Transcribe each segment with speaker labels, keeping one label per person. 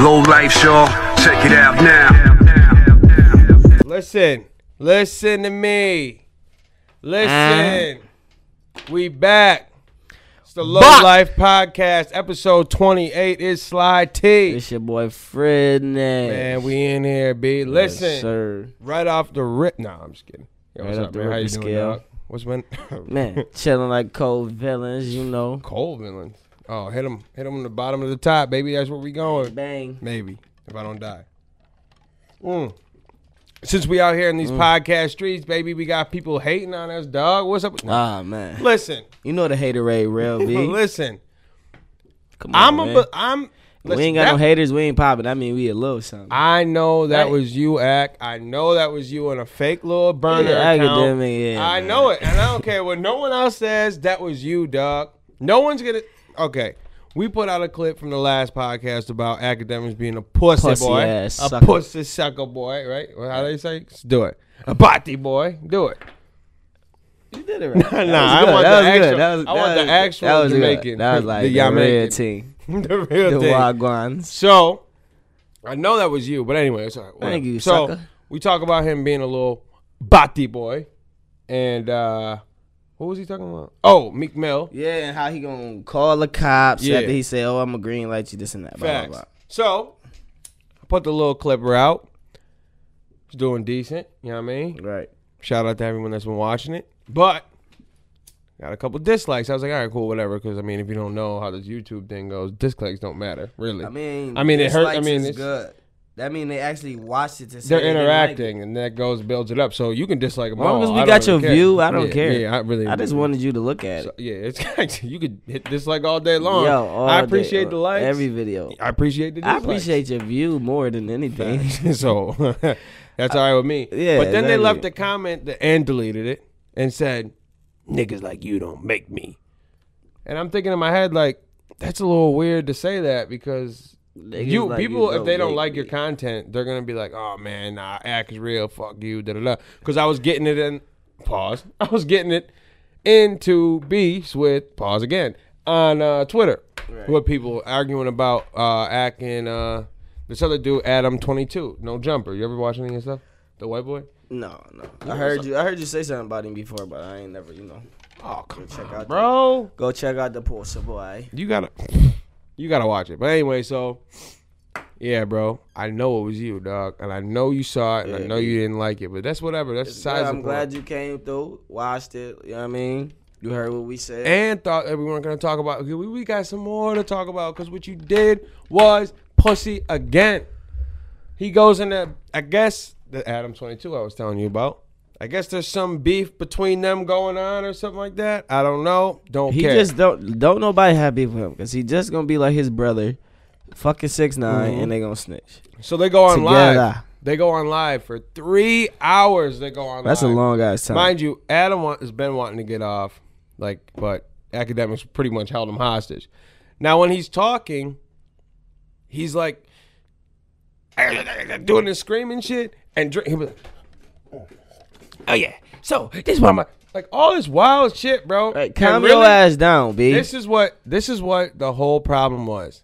Speaker 1: whole life, sure. Check it out now.
Speaker 2: Listen, listen to me. Listen,
Speaker 3: Uh-huh.
Speaker 2: we back. It's the Low
Speaker 3: Back.
Speaker 2: Life Podcast, episode twenty-eight. Is Sly T,
Speaker 3: It's your boy Fred Nash.
Speaker 2: man. We in here, b.
Speaker 3: Yes,
Speaker 2: Listen,
Speaker 3: sir.
Speaker 2: right off the rip. Nah, I'm just kidding. Yo, what's
Speaker 3: Right off
Speaker 2: up,
Speaker 3: the
Speaker 2: man?
Speaker 3: rip
Speaker 2: How you
Speaker 3: is
Speaker 2: doing,
Speaker 3: scale.
Speaker 2: dog? What's been
Speaker 3: Man, chilling like cold villains, you know.
Speaker 2: cold, Villain? Oh, hit him, hit him on the bottom of the top, baby. That's where we going.
Speaker 3: Bang.
Speaker 2: Maybe if I don't die. Mm. Since we out here in these
Speaker 3: Mm.
Speaker 2: podcast streets, baby, we got people hating on us, dog. What's up?
Speaker 3: Ah man,
Speaker 2: Listen,
Speaker 3: you know the haterade real B.
Speaker 2: listen.
Speaker 3: Come on,
Speaker 2: I'm a,
Speaker 3: man.
Speaker 2: bu- I'm. Listen,
Speaker 3: we ain't got
Speaker 2: that-
Speaker 3: no haters. We ain't popping. I mean, we a little something.
Speaker 2: I know that
Speaker 3: Hey.
Speaker 2: was you, Act. I know that was you on a fake little burner
Speaker 3: Yeah,
Speaker 2: account.
Speaker 3: academic, yeah,
Speaker 2: I
Speaker 3: man.
Speaker 2: know it, and I don't care what no one else says. That was you, dog. No one's gonna. Okay, we put out a clip from the last podcast about academics being a pussy,
Speaker 3: Pussy
Speaker 2: boy,
Speaker 3: ass
Speaker 2: a
Speaker 3: sucker.
Speaker 2: pussy sucker boy, right? Well, how they say? Do it, a bati boy, do it.
Speaker 3: you did it right.
Speaker 2: Nah,
Speaker 3: That was
Speaker 2: I want the
Speaker 3: that was
Speaker 2: actual-
Speaker 3: That was,
Speaker 2: I want
Speaker 3: that
Speaker 2: the
Speaker 3: was,
Speaker 2: actual
Speaker 3: that was good.
Speaker 2: Jamaican,
Speaker 3: That was
Speaker 2: the
Speaker 3: like the,
Speaker 2: Jamaican.
Speaker 3: red team,
Speaker 2: the real
Speaker 3: the
Speaker 2: thing.
Speaker 3: Wagwans.
Speaker 2: So, I know that was you, but anyway, it's all right.
Speaker 3: Thank you,
Speaker 2: So,
Speaker 3: sucker.
Speaker 2: we talk about him being a little bati boy. And uh what was he talking about? Oh, Meek Mill.
Speaker 3: Yeah, and how he gonna call the cops
Speaker 2: Yeah.
Speaker 3: after he say, "Oh, I'm a green light you this and that." Blah, blah,
Speaker 2: Facts.
Speaker 3: blah.
Speaker 2: So, I put the little clipper out. It's doing decent. You know what I mean?
Speaker 3: Right.
Speaker 2: Shout out to everyone that's been watching it. But, got a couple dislikes. I was like, all right, cool, whatever. Because, I mean, if you don't know how this YouTube thing goes, dislikes don't matter, really.
Speaker 3: I mean,
Speaker 2: I mean, it hurt- I
Speaker 3: dislikes
Speaker 2: mean,
Speaker 3: is
Speaker 2: it's-
Speaker 3: good. That mean they actually watched it to say
Speaker 2: they're
Speaker 3: they didn't like it.
Speaker 2: interacting, and that goes builds it up. So you can dislike them.
Speaker 3: As long
Speaker 2: all.
Speaker 3: as we
Speaker 2: I don't
Speaker 3: got your
Speaker 2: really care.
Speaker 3: view, I don't
Speaker 2: Yeah,
Speaker 3: care.
Speaker 2: Yeah, I really.
Speaker 3: I just wanted you to look at
Speaker 2: So,
Speaker 3: it.
Speaker 2: yeah, it's you could hit dislike all day long.
Speaker 3: Yo, all
Speaker 2: I
Speaker 3: day,
Speaker 2: appreciate
Speaker 3: uh,
Speaker 2: the likes.
Speaker 3: Every video.
Speaker 2: I appreciate the.
Speaker 3: I
Speaker 2: Dislikes.
Speaker 3: appreciate your view more than anything.
Speaker 2: so that's all right with me.
Speaker 3: Yeah,
Speaker 2: but then they
Speaker 3: exactly.
Speaker 2: left a comment that, and deleted it and said, "Niggas like you don't make me." And I'm thinking in my head like, that's a little weird to say that because
Speaker 3: Niggas
Speaker 2: you
Speaker 3: like
Speaker 2: people if they don't
Speaker 3: make
Speaker 2: like
Speaker 3: me.
Speaker 2: your content, they're gonna be like, "Oh man, nah, act is real. Fuck you." Da da da. Because I was getting it in pause. I was getting it into beefs with pause again on uh, Twitter with people arguing about uh, act and uh, this other dude Adam twenty two no jumper. You ever watch any of his stuff? The white boy.
Speaker 3: No, no. I heard you. I heard you say something about him before, but I ain't never. You know,
Speaker 2: Oh come
Speaker 3: check out, The,
Speaker 2: bro.
Speaker 3: go check out the poster boy.
Speaker 2: You gotta, you gotta watch it. But anyway, so yeah, bro. I know it was you, dog, and I know you saw it, and I
Speaker 3: Yeah,
Speaker 2: know you didn't like it. But that's whatever. That's the size.
Speaker 3: Yeah,
Speaker 2: of
Speaker 3: I'm
Speaker 2: the
Speaker 3: glad
Speaker 2: glad.
Speaker 3: you came through, watched it. You know what I mean? You heard what we said.
Speaker 2: And thought that we weren't gonna talk about. We we got some more to talk about because what you did was pussy again. He goes into, I guess, the Adam 22 I was telling you about. I guess there's some beef between them going on or something like that. I don't know. Don't
Speaker 3: he
Speaker 2: care.
Speaker 3: just don't don't nobody happy with him because he just gonna be like his brother, fucking six nine,
Speaker 2: Mm-hmm.
Speaker 3: and they gonna snitch.
Speaker 2: so they go on live.
Speaker 3: Together.
Speaker 2: They go on live for three hours. They go on.
Speaker 3: That's a
Speaker 2: live.
Speaker 3: long ass time.
Speaker 2: Mind you, Adam wa- has been wanting to get off, like, but academics pretty much held him hostage. Now, when he's talking, he's like doing this screaming shit and drink. He was like, oh yeah, so this one, my like all this wild shit, bro.
Speaker 3: Hey,
Speaker 2: And
Speaker 3: calm your
Speaker 2: really,
Speaker 3: ass down, b.
Speaker 2: This is what this is what the whole problem was.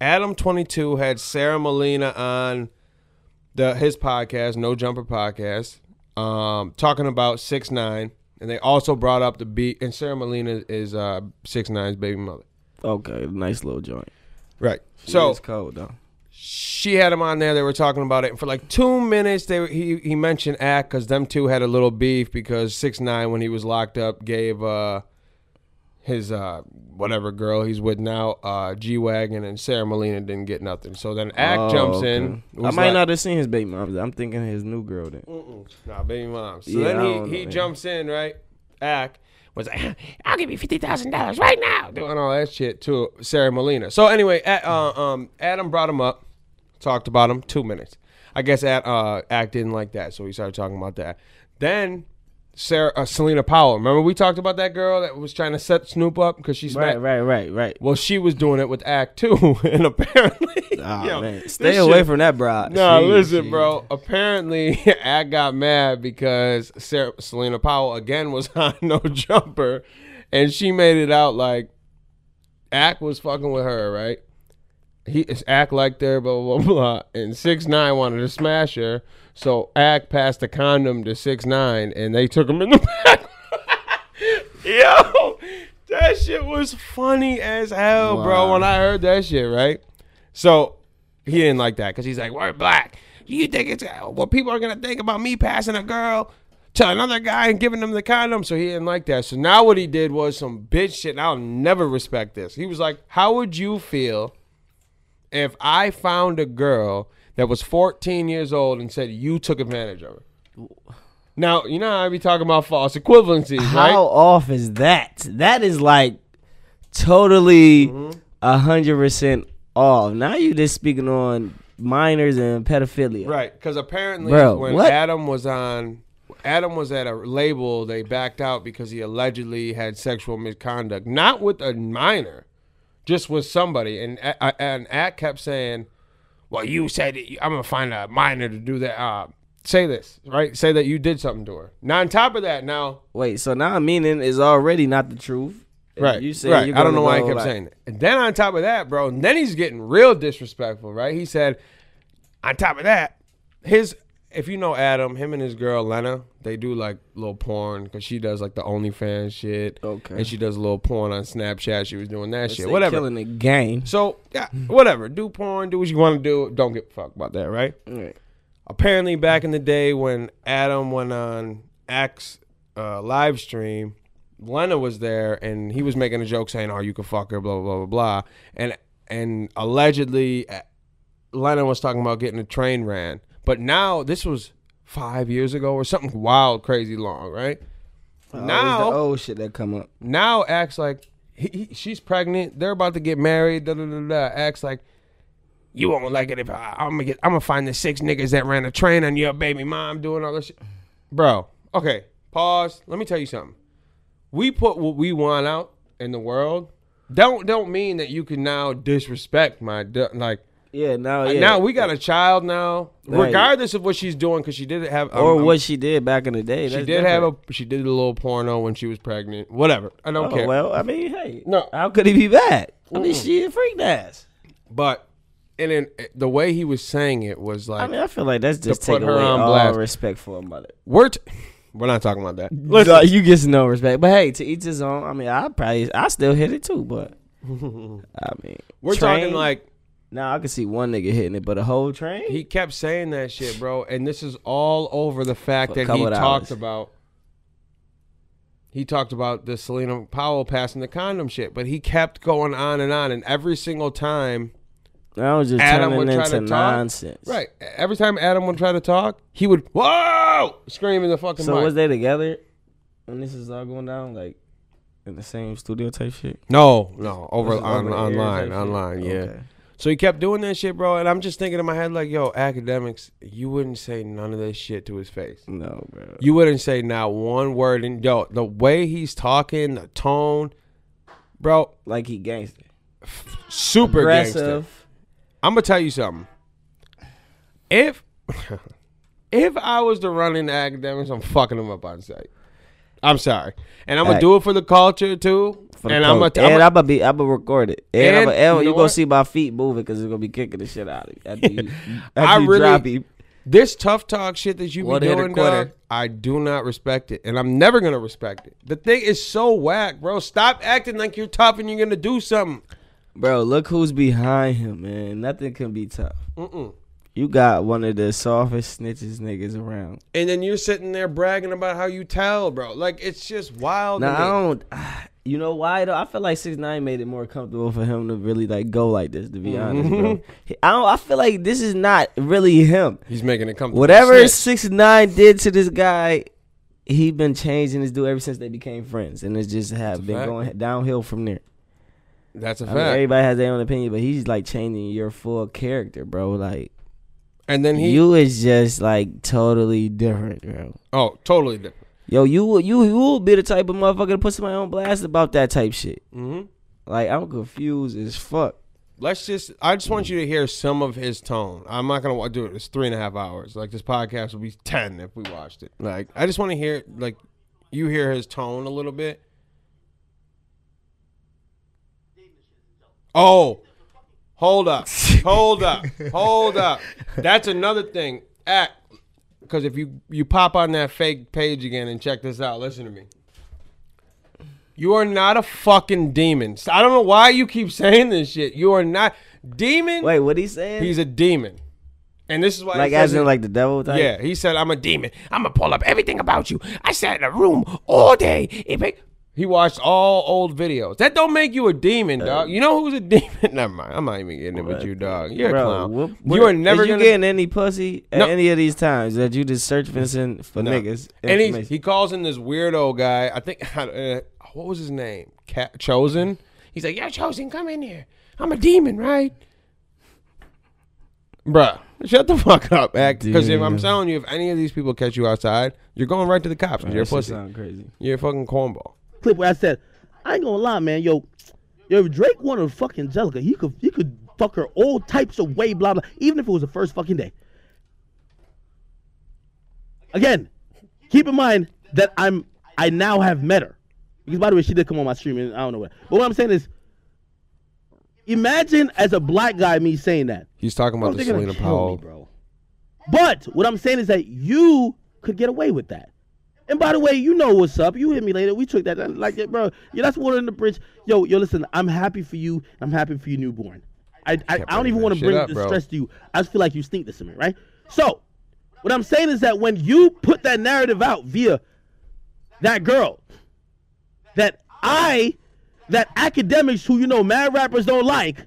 Speaker 2: Adam twenty two had Sarah Molina on the his podcast, No Jumper podcast, um, talking about six nine, and they also brought up the beat. And Sarah Molina is uh six nine's baby mother,
Speaker 3: okay, nice little joint.
Speaker 2: right? So
Speaker 3: it's cold though.
Speaker 2: she had him on there. They were talking about it and for like two minutes. They were- he he mentioned Act because them two had a little beef because six nine when he was locked up gave uh his uh whatever girl he's with now uh G wagon and Sarah Molina didn't get nothing. So then Act
Speaker 3: Oh,
Speaker 2: jumps
Speaker 3: okay.
Speaker 2: in.
Speaker 3: I
Speaker 2: was
Speaker 3: might
Speaker 2: like,
Speaker 3: not have seen his baby mom. I'm thinking his new girl then.
Speaker 2: Mm-mm. Nah, baby mom. So
Speaker 3: Yeah, I
Speaker 2: then
Speaker 3: don't
Speaker 2: he, he
Speaker 3: know, man.
Speaker 2: jumps in, right? Act was like, I'll give you fifty thousand dollars right now, doing all that shit to Sarah Molina. So anyway, A- uh, um, Adam brought him up, talked about him two minutes. I guess at, uh, Act didn't like that, so he started talking about that. Then Sarah uh, Selena Powell. Remember we talked about that girl that was trying to set Snoop up because she smacked.
Speaker 3: Right, right, right, right.
Speaker 2: Well, she was doing it with Act too, and apparently,
Speaker 3: Ah
Speaker 2: Yo,
Speaker 3: man,
Speaker 2: this
Speaker 3: stay
Speaker 2: shit-
Speaker 3: away from that broad.
Speaker 2: no,
Speaker 3: She-
Speaker 2: listen,
Speaker 3: she-
Speaker 2: bro. Apparently, I got mad because Sarah, Selena Powell again was on no jumper, and she made it out like Ack was fucking with her, right? he is act like they're blah blah blah, blah. and six nine wanted to smash her, so act passed the condom to six nine, and they took him in the back. Yo, that shit was funny as hell, bro.
Speaker 3: Wow.
Speaker 2: When I heard that shit, right? So he didn't like that because he's like, "We're black. Do you think it's what people are gonna think about me passing a girl to another guy and giving them the condom?" So he didn't like that. So now what he did was some bitch shit. And I'll never respect this. He was like, "How would you feel if I found a girl that was 14 years old and said you took advantage of her?" Now you know how I be talking about false equivalencies, right?
Speaker 3: How off is that? That is like totally
Speaker 2: Mm-hmm.
Speaker 3: a hundred percent off. Now you just speaking on minors and pedophilia.
Speaker 2: Right, because apparently
Speaker 3: Bro,
Speaker 2: when
Speaker 3: what?
Speaker 2: Adam was on, Adam was at a label. They backed out because he allegedly had sexual misconduct, not with a minor, just with somebody. And A- and Act kept saying, "Well, you said that you- I'm gonna find a minor to do that." Uh, say this, right? Say that you did something to her. Now, on top of that, now
Speaker 3: Wait, so now meaning is already not the truth. And
Speaker 2: Right.
Speaker 3: You say
Speaker 2: right.
Speaker 3: you're
Speaker 2: I don't
Speaker 3: gonna
Speaker 2: know why he
Speaker 3: go
Speaker 2: kept
Speaker 3: like-
Speaker 2: saying that. And then on top of that, bro, and then he's getting real disrespectful, right? He said, on top of that, his if you know Adam, him and his girl Lena, they do like little porn because she does like the OnlyFans shit.
Speaker 3: Okay.
Speaker 2: And she does a little porn on Snapchat. She was doing that shit.
Speaker 3: Say
Speaker 2: Whatever.
Speaker 3: Killing the game.
Speaker 2: So yeah, whatever. Do porn. Do what you want to do. Don't give a fuck about that, right?
Speaker 3: Right.
Speaker 2: apparently back in the day when Adam went on X uh, live stream, Lena was there and he was making a joke saying, "Oh, you can fuck her," blah blah blah blah, blah. and and allegedly uh, Lena was talking about getting a train ran, but now this was five years ago or something wild, crazy long, right?
Speaker 3: Always
Speaker 2: now,
Speaker 3: Oh, the old shit that come up.
Speaker 2: now acts like he, he, she's pregnant. They're about to get married. Da, da, da, da. Acts like you won't like it if I, I'm gonna get. I'm gonna find the six niggas that ran a train on your baby mom doing all this shit, bro. Okay, pause. Let me tell you something. We put what we want out in the world. Don't don't mean that you can now disrespect my du- like.
Speaker 3: Yeah. Now. Yeah.
Speaker 2: Uh, Now we got a child now,
Speaker 3: Right.
Speaker 2: regardless of what she's doing, because she did have I'm-
Speaker 3: Or
Speaker 2: I'm-
Speaker 3: what she did back in the day.
Speaker 2: she did have a she did a little porno when she was pregnant. Whatever, I don't
Speaker 3: Oh,
Speaker 2: care.
Speaker 3: well, I mean, hey,
Speaker 2: No. Mm.
Speaker 3: how could he be bad? I mean, she a freak ass.
Speaker 2: But and then uh, the way he was saying it was like
Speaker 3: I mean, I feel like that's just
Speaker 2: To put
Speaker 3: taking
Speaker 2: her
Speaker 3: away
Speaker 2: on
Speaker 3: all
Speaker 2: blast.
Speaker 3: respect for a mother.
Speaker 2: we're t- we're not talking about that.
Speaker 3: Nah, you get no respect, but hey, to each his own. I mean, I probably I still hit it too, but I mean,
Speaker 2: We're
Speaker 3: train,
Speaker 2: talking like
Speaker 3: now I can see one nigga hitting it, but a whole train.
Speaker 2: he kept saying that shit, bro. And this is all over the fact
Speaker 3: For a
Speaker 2: that he
Speaker 3: couple of
Speaker 2: talked
Speaker 3: hours.
Speaker 2: about. He talked about the Selena Powell passing the condom shit, but he kept going on and on. And every single time,
Speaker 3: that was just
Speaker 2: Adam would
Speaker 3: turning
Speaker 2: try to
Speaker 3: into
Speaker 2: talk.
Speaker 3: nonsense.
Speaker 2: right? e-, Every time Adam would try to talk, he would whoa scream in the fucking.
Speaker 3: So
Speaker 2: mic.
Speaker 3: was they together when this is all going down, like in the same studio type shit?
Speaker 2: no, no, over
Speaker 3: Was it
Speaker 2: on,
Speaker 3: over the air
Speaker 2: online,
Speaker 3: type shit?
Speaker 2: online, yeah.
Speaker 3: Okay.
Speaker 2: So he kept doing that shit, bro. And I'm just thinking in my head, like, yo, academics, you wouldn't say none of this shit to his face.
Speaker 3: No, bro.
Speaker 2: You wouldn't say not one word. And yo, the way he's talking, the tone, bro,
Speaker 3: Like he gangster,
Speaker 2: super
Speaker 3: aggressive.
Speaker 2: gangster. I'm gonna tell you something. If if I was to run into academics, I'm fucking them up on site. I'm sorry, and I'm gonna
Speaker 3: Act.
Speaker 2: do it for the culture too.
Speaker 3: for the
Speaker 2: and
Speaker 3: code.
Speaker 2: I'm gonna, t-
Speaker 3: and
Speaker 2: I'm
Speaker 3: I'm
Speaker 2: gonna
Speaker 3: gonna be I'm gonna record it. And,
Speaker 2: And
Speaker 3: I'm gonna,
Speaker 2: you know
Speaker 3: you,
Speaker 2: what?
Speaker 3: gonna see my feet moving because it's gonna be kicking the shit out of you. After you, after
Speaker 2: I
Speaker 3: you
Speaker 2: really-
Speaker 3: drop him.
Speaker 2: this tough talk shit that you
Speaker 3: One
Speaker 2: be
Speaker 3: hit a
Speaker 2: doing,
Speaker 3: quitter.
Speaker 2: dog, I do not respect it, and I'm never gonna respect it. The thing is so whack, bro. Stop acting like you're tough and you're gonna do something.
Speaker 3: bro. Look who's behind him, man. Nothing can be tough.
Speaker 2: Mm-mm.
Speaker 3: You got one of the softest snitches niggas around.
Speaker 2: And then you're sitting there bragging about how you tell, bro. Like it's just wild. to
Speaker 3: Now I
Speaker 2: me.
Speaker 3: don't. You know why though? I feel like six nine made it more comfortable for him to really like go like this. To be honest, bro. He- I don't. I feel like this is not really him.
Speaker 2: He's making it come. to
Speaker 3: Whatever
Speaker 2: the snitch.
Speaker 3: six nine did to this guy, he been changing his dude ever since they became friends, and it's just have been
Speaker 2: fact.
Speaker 3: going downhill from there.
Speaker 2: That's a
Speaker 3: I
Speaker 2: fact.
Speaker 3: mean, everybody has their own opinion, but he's like changing your full character, bro. Like
Speaker 2: and then he.
Speaker 3: you is just like totally different, bro.
Speaker 2: oh, totally different.
Speaker 3: Yo, you will- you you will be the type of motherfucker to put somebody on blast about that type shit.
Speaker 2: hmm
Speaker 3: Like I'm confused as fuck.
Speaker 2: Let's just. I just want you to hear some of his tone. I'm not gonna wa- do it. It's three and a half hours. Like this podcast will be ten if we watched it. Like I just want to hear like you hear his tone a little bit. Oh, Hold up. Hold up. Hold up. That's another thing. Act because if you you pop on that fake page again and check this out, listen to me. You are not a fucking demon. I don't know why you keep saying this shit. You are not demon.
Speaker 4: Wait, what he saying?
Speaker 2: he's a demon, and this is why. he
Speaker 4: like
Speaker 2: says
Speaker 4: as in
Speaker 2: it-
Speaker 4: like the devil type.
Speaker 2: yeah, he said, I'm a demon. I'm going to pull up everything about you. I sat in a room all day. It make- he watched all old videos. That don't make you a demon,
Speaker 4: Uh.
Speaker 2: dog. You know who's a demon? Never mind. I'm not even getting it with you, dog. You're a
Speaker 4: Bro,
Speaker 2: clown.
Speaker 4: what-
Speaker 2: you
Speaker 4: what-
Speaker 2: are never
Speaker 4: is you
Speaker 2: going to.
Speaker 4: getting any pussy at
Speaker 2: No.
Speaker 4: any of these times that you just search Vincent for niggas.
Speaker 2: And he,
Speaker 4: information?
Speaker 2: he calls in this weirdo guy. I think, uh, what was his name? Cat Chosen? He's like, yo, Chosen, come in here. I'm a demon, right? Bruh, shut the fuck up, Because if I'm
Speaker 4: Demon.
Speaker 2: telling you, if any of these people catch you outside, you're going right to the cops. 'cause
Speaker 4: That
Speaker 2: you're a
Speaker 4: shit
Speaker 2: pussy.
Speaker 4: sound crazy.
Speaker 2: You're a fucking cornball.
Speaker 5: clip where I said, I ain't gonna lie, man, yo, yo, if Drake wanted to fuck Angelica, he could he could fuck her all types of way, blah blah, even if it was the first fucking day. Again, keep in mind that I'm I now have met her. Because by the way, she did come on my stream and I don't know what. But what I'm saying is imagine as a black guy me saying that.
Speaker 2: He's talking
Speaker 5: Bro,
Speaker 2: about the
Speaker 5: Oh, they're gonna
Speaker 2: Selena
Speaker 5: kill
Speaker 2: Powell.
Speaker 5: me, bro. But what I'm saying is that you could get away with that. And by the way, you know what's up. You hit me later. We took that that- like that, bro. Yeah, that's water in the bridge. Yo, yo, listen. I'm happy for you. I'm happy for your newborn. I I, I don't
Speaker 2: bring
Speaker 5: even
Speaker 2: that
Speaker 5: want to
Speaker 2: shit
Speaker 5: bring
Speaker 2: up,
Speaker 5: this
Speaker 2: bro.
Speaker 5: stress to you. I just feel like you stink this to me, right? So, what I'm saying is that when you put that narrative out via that girl, that I, that academics who you know mad rappers don't like,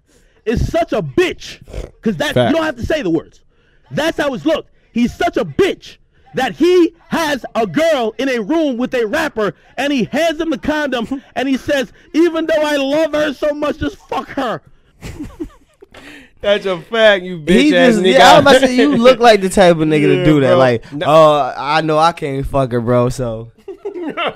Speaker 5: is such a bitch. Cause that
Speaker 2: Facts.
Speaker 5: you don't have to say the words. That's how it's looked. He's such a bitch that he has a girl in a room with a rapper and he hands him the condom and he says, even though I love her so much, just fuck her.
Speaker 2: That's a fact, you bitch
Speaker 4: He
Speaker 2: ass
Speaker 4: just,
Speaker 2: nigga.
Speaker 4: yeah, I'm about to say, you look like the type of nigga
Speaker 2: Yeah,
Speaker 4: to do that.
Speaker 2: bro.
Speaker 4: Like,
Speaker 2: No.
Speaker 4: oh, I know I can't fuck her, bro. So,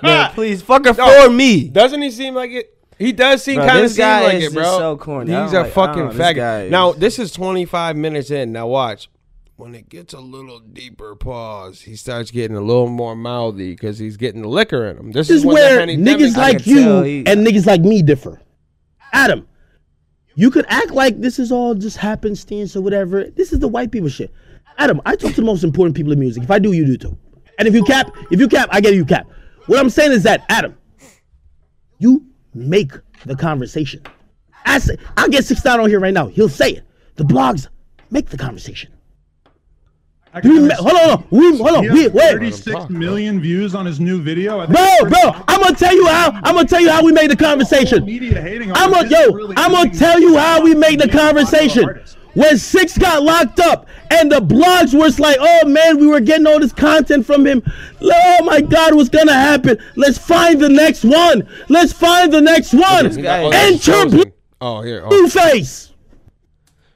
Speaker 4: Man, please fuck her
Speaker 2: No.
Speaker 4: for me.
Speaker 2: Doesn't he seem like it? He does seem
Speaker 4: Bro,
Speaker 2: kind of
Speaker 4: this
Speaker 2: seem
Speaker 4: guy
Speaker 2: like
Speaker 4: is
Speaker 2: it, bro.
Speaker 4: just so corny. I
Speaker 2: These
Speaker 4: don't
Speaker 2: are
Speaker 4: like- I
Speaker 2: fucking
Speaker 4: don't know, this guy
Speaker 2: faggots.
Speaker 4: is-
Speaker 2: Now this is 25 minutes in. Now watch. When it gets a little deeper, pause. He starts getting a little more mouthy because he's getting the liquor in him. This,
Speaker 5: This is
Speaker 2: when the
Speaker 5: where
Speaker 2: pandemic-
Speaker 5: niggas like
Speaker 4: can
Speaker 5: you
Speaker 4: tell he-
Speaker 5: and niggas like me differ. Adam, you could act like this is all just happenstance or whatever. This is the white people shit. Adam, I talk to the most important people in music. If I do, you do too. And if you cap, if you cap, I get it, you cap. What I'm saying is that, Adam, you make the conversation. I say, I'll get six down on here right now. He'll say it. The blogs make the conversation. We ma- hold on, hold on. We, hold on. We,
Speaker 6: He has
Speaker 5: wait.
Speaker 6: 36 million views on his new video. I think
Speaker 5: Bro,
Speaker 6: it's
Speaker 5: bro, I'm gonna tell you how. I'm gonna tell you how we made the conversation.
Speaker 6: Oh, Media hating on
Speaker 5: I'm gonna
Speaker 6: him. This is
Speaker 5: yo.
Speaker 6: really
Speaker 5: I'm gonna
Speaker 6: making-
Speaker 5: tell you how we made the
Speaker 6: Yeah, a lot of
Speaker 5: conversation.
Speaker 6: artists.
Speaker 5: When Six got locked up and the blogs were like, oh man, we were getting all this content from him. Oh my God, what's gonna happen? Let's find the next one. Let's find the next one.
Speaker 4: guy is-
Speaker 5: Enter
Speaker 2: Chosen. Oh here. Oh.
Speaker 5: Blueface.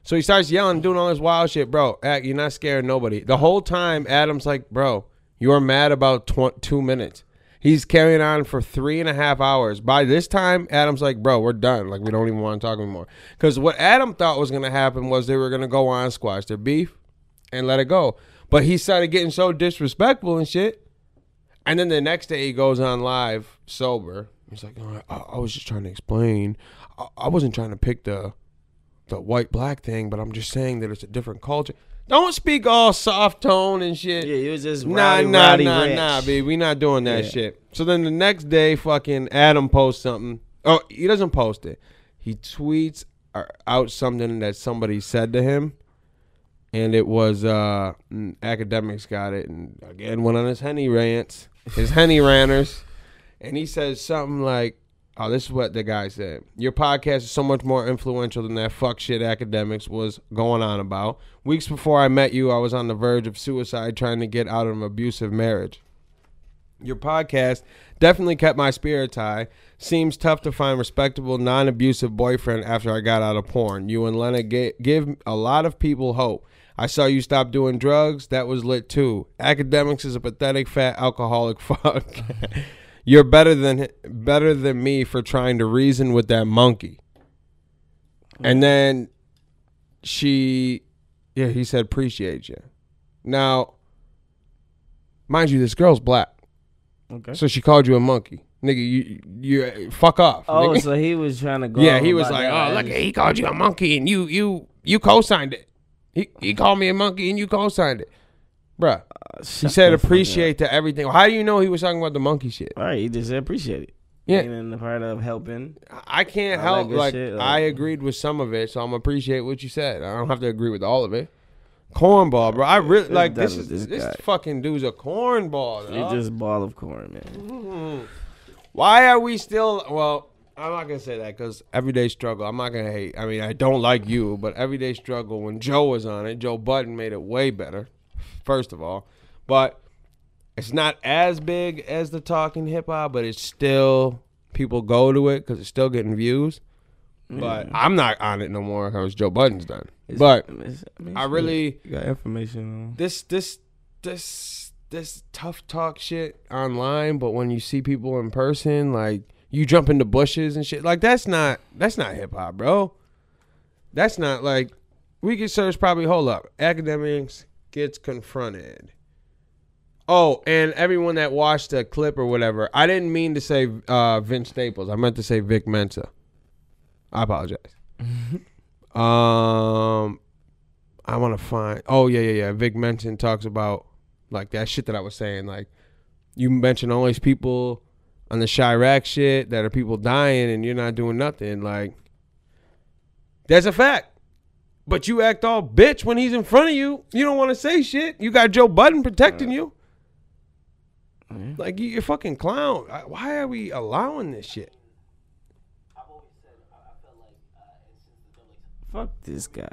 Speaker 2: So he starts yelling, doing all this wild shit, bro. Act, you're not scaring nobody. The whole time, Adam's like, bro, you're mad about tw- two minutes. He's carrying on for three and a half hours. By this time, Adam's like, bro, we're done. Like, we don't even want to talk anymore. Because what Adam thought was going to happen was they were going to go on, squash their beef, and let it go. But he started getting so disrespectful and shit. And then the next day, he goes on live sober. He's like, "Oh, I, I was just trying to explain. I, I wasn't trying to pick the the white black thing, but I'm just saying that it's a different culture. Don't speak all soft tone and shit.
Speaker 4: Yeah, you was just
Speaker 2: nah,
Speaker 4: rowdy,
Speaker 2: nah,
Speaker 4: rowdy
Speaker 2: nah,
Speaker 4: rich.
Speaker 2: nah, babe. We not doing that
Speaker 4: Yeah.
Speaker 2: shit. So then the next day, fucking Adam posts something. Oh, he doesn't post it. He tweets or- out something that somebody said to him, and it was uh mm, academics got it, and again went on his henny rants, his henny ranters, and he says something like. Oh, this is what the guy said. Your podcast is so much more influential than that fuck shit academics was going on about. Weeks before I met you, I was on the verge of suicide trying to get out of an abusive marriage. Your podcast definitely kept my spirits high. Seems tough to find respectable, non-abusive boyfriend after I got out of porn. You and Lena ga- give a lot of people hope. I saw you stop doing drugs. That was lit too. Academics is a pathetic fat alcoholic fuck. You're better than better than me for trying to reason with that monkey. And then she, yeah, he said appreciate you. Now, mind you, this girl's black.
Speaker 4: Okay.
Speaker 2: So she called you a monkey. nigga, you you fuck off.
Speaker 3: Oh,
Speaker 2: nigga.
Speaker 3: so he was trying to go.
Speaker 2: yeah,
Speaker 3: on
Speaker 2: he was
Speaker 3: about
Speaker 2: like,
Speaker 3: that.
Speaker 2: oh look, he called you a monkey, and you you you co-signed it. He he called me a monkey, and you co-signed it, bruh. he said appreciate the everything. How do you know he was talking about the monkey shit?
Speaker 3: All right, he just said appreciate it.
Speaker 2: Yeah.
Speaker 3: Being in the part of helping.
Speaker 2: I can't
Speaker 3: I like
Speaker 2: help
Speaker 3: good
Speaker 2: like,
Speaker 3: shit, like-
Speaker 2: I agreed with some of it, so I'm appreciate what you said. I don't have to agree with all of it. Cornball, bro. I really like
Speaker 3: done
Speaker 2: this
Speaker 3: with
Speaker 2: is
Speaker 3: this
Speaker 2: this,
Speaker 3: guy.
Speaker 2: fucking dude's a cornball.
Speaker 3: He's
Speaker 2: dog.
Speaker 3: just ball of corn, man.
Speaker 2: Why are we still well, I'm not gonna say that because everyday struggle. I'm not gonna hate. I mean, I don't like you, but everyday struggle. When Joe was on it, Joe Budden made it way better. First of all, but it's not as big as the talking hip hop, but it's still people go to it because it's still getting views. But I'm not on it no more because Joe Budden's done. but
Speaker 3: Mm. It's- mean,
Speaker 2: I
Speaker 3: shit,
Speaker 2: really
Speaker 3: you got information.
Speaker 2: this this this this tough talk shit online, but when you see people in person, like you jump into bushes and shit, like that's not that's not hip hop, bro. That's not like we could search probably hold up. Academics gets confronted. Oh, and everyone that watched the clip or whatever, I didn't mean to say uh, Vince Staples. I meant to say Vic Mensa. I apologize. um, I want to find. Oh yeah, yeah, yeah. Vic Menton talks about like that shit that I was saying. Like you mentioned all these people on the Chirac shit that are people dying and you're not doing nothing. Like that's a fact. But you act all bitch when he's in front of you. You don't want to say shit. You got Joe Budden protecting you. Like you- you're a fucking clown. I- Why are we allowing this shit?
Speaker 3: Fuck this guy.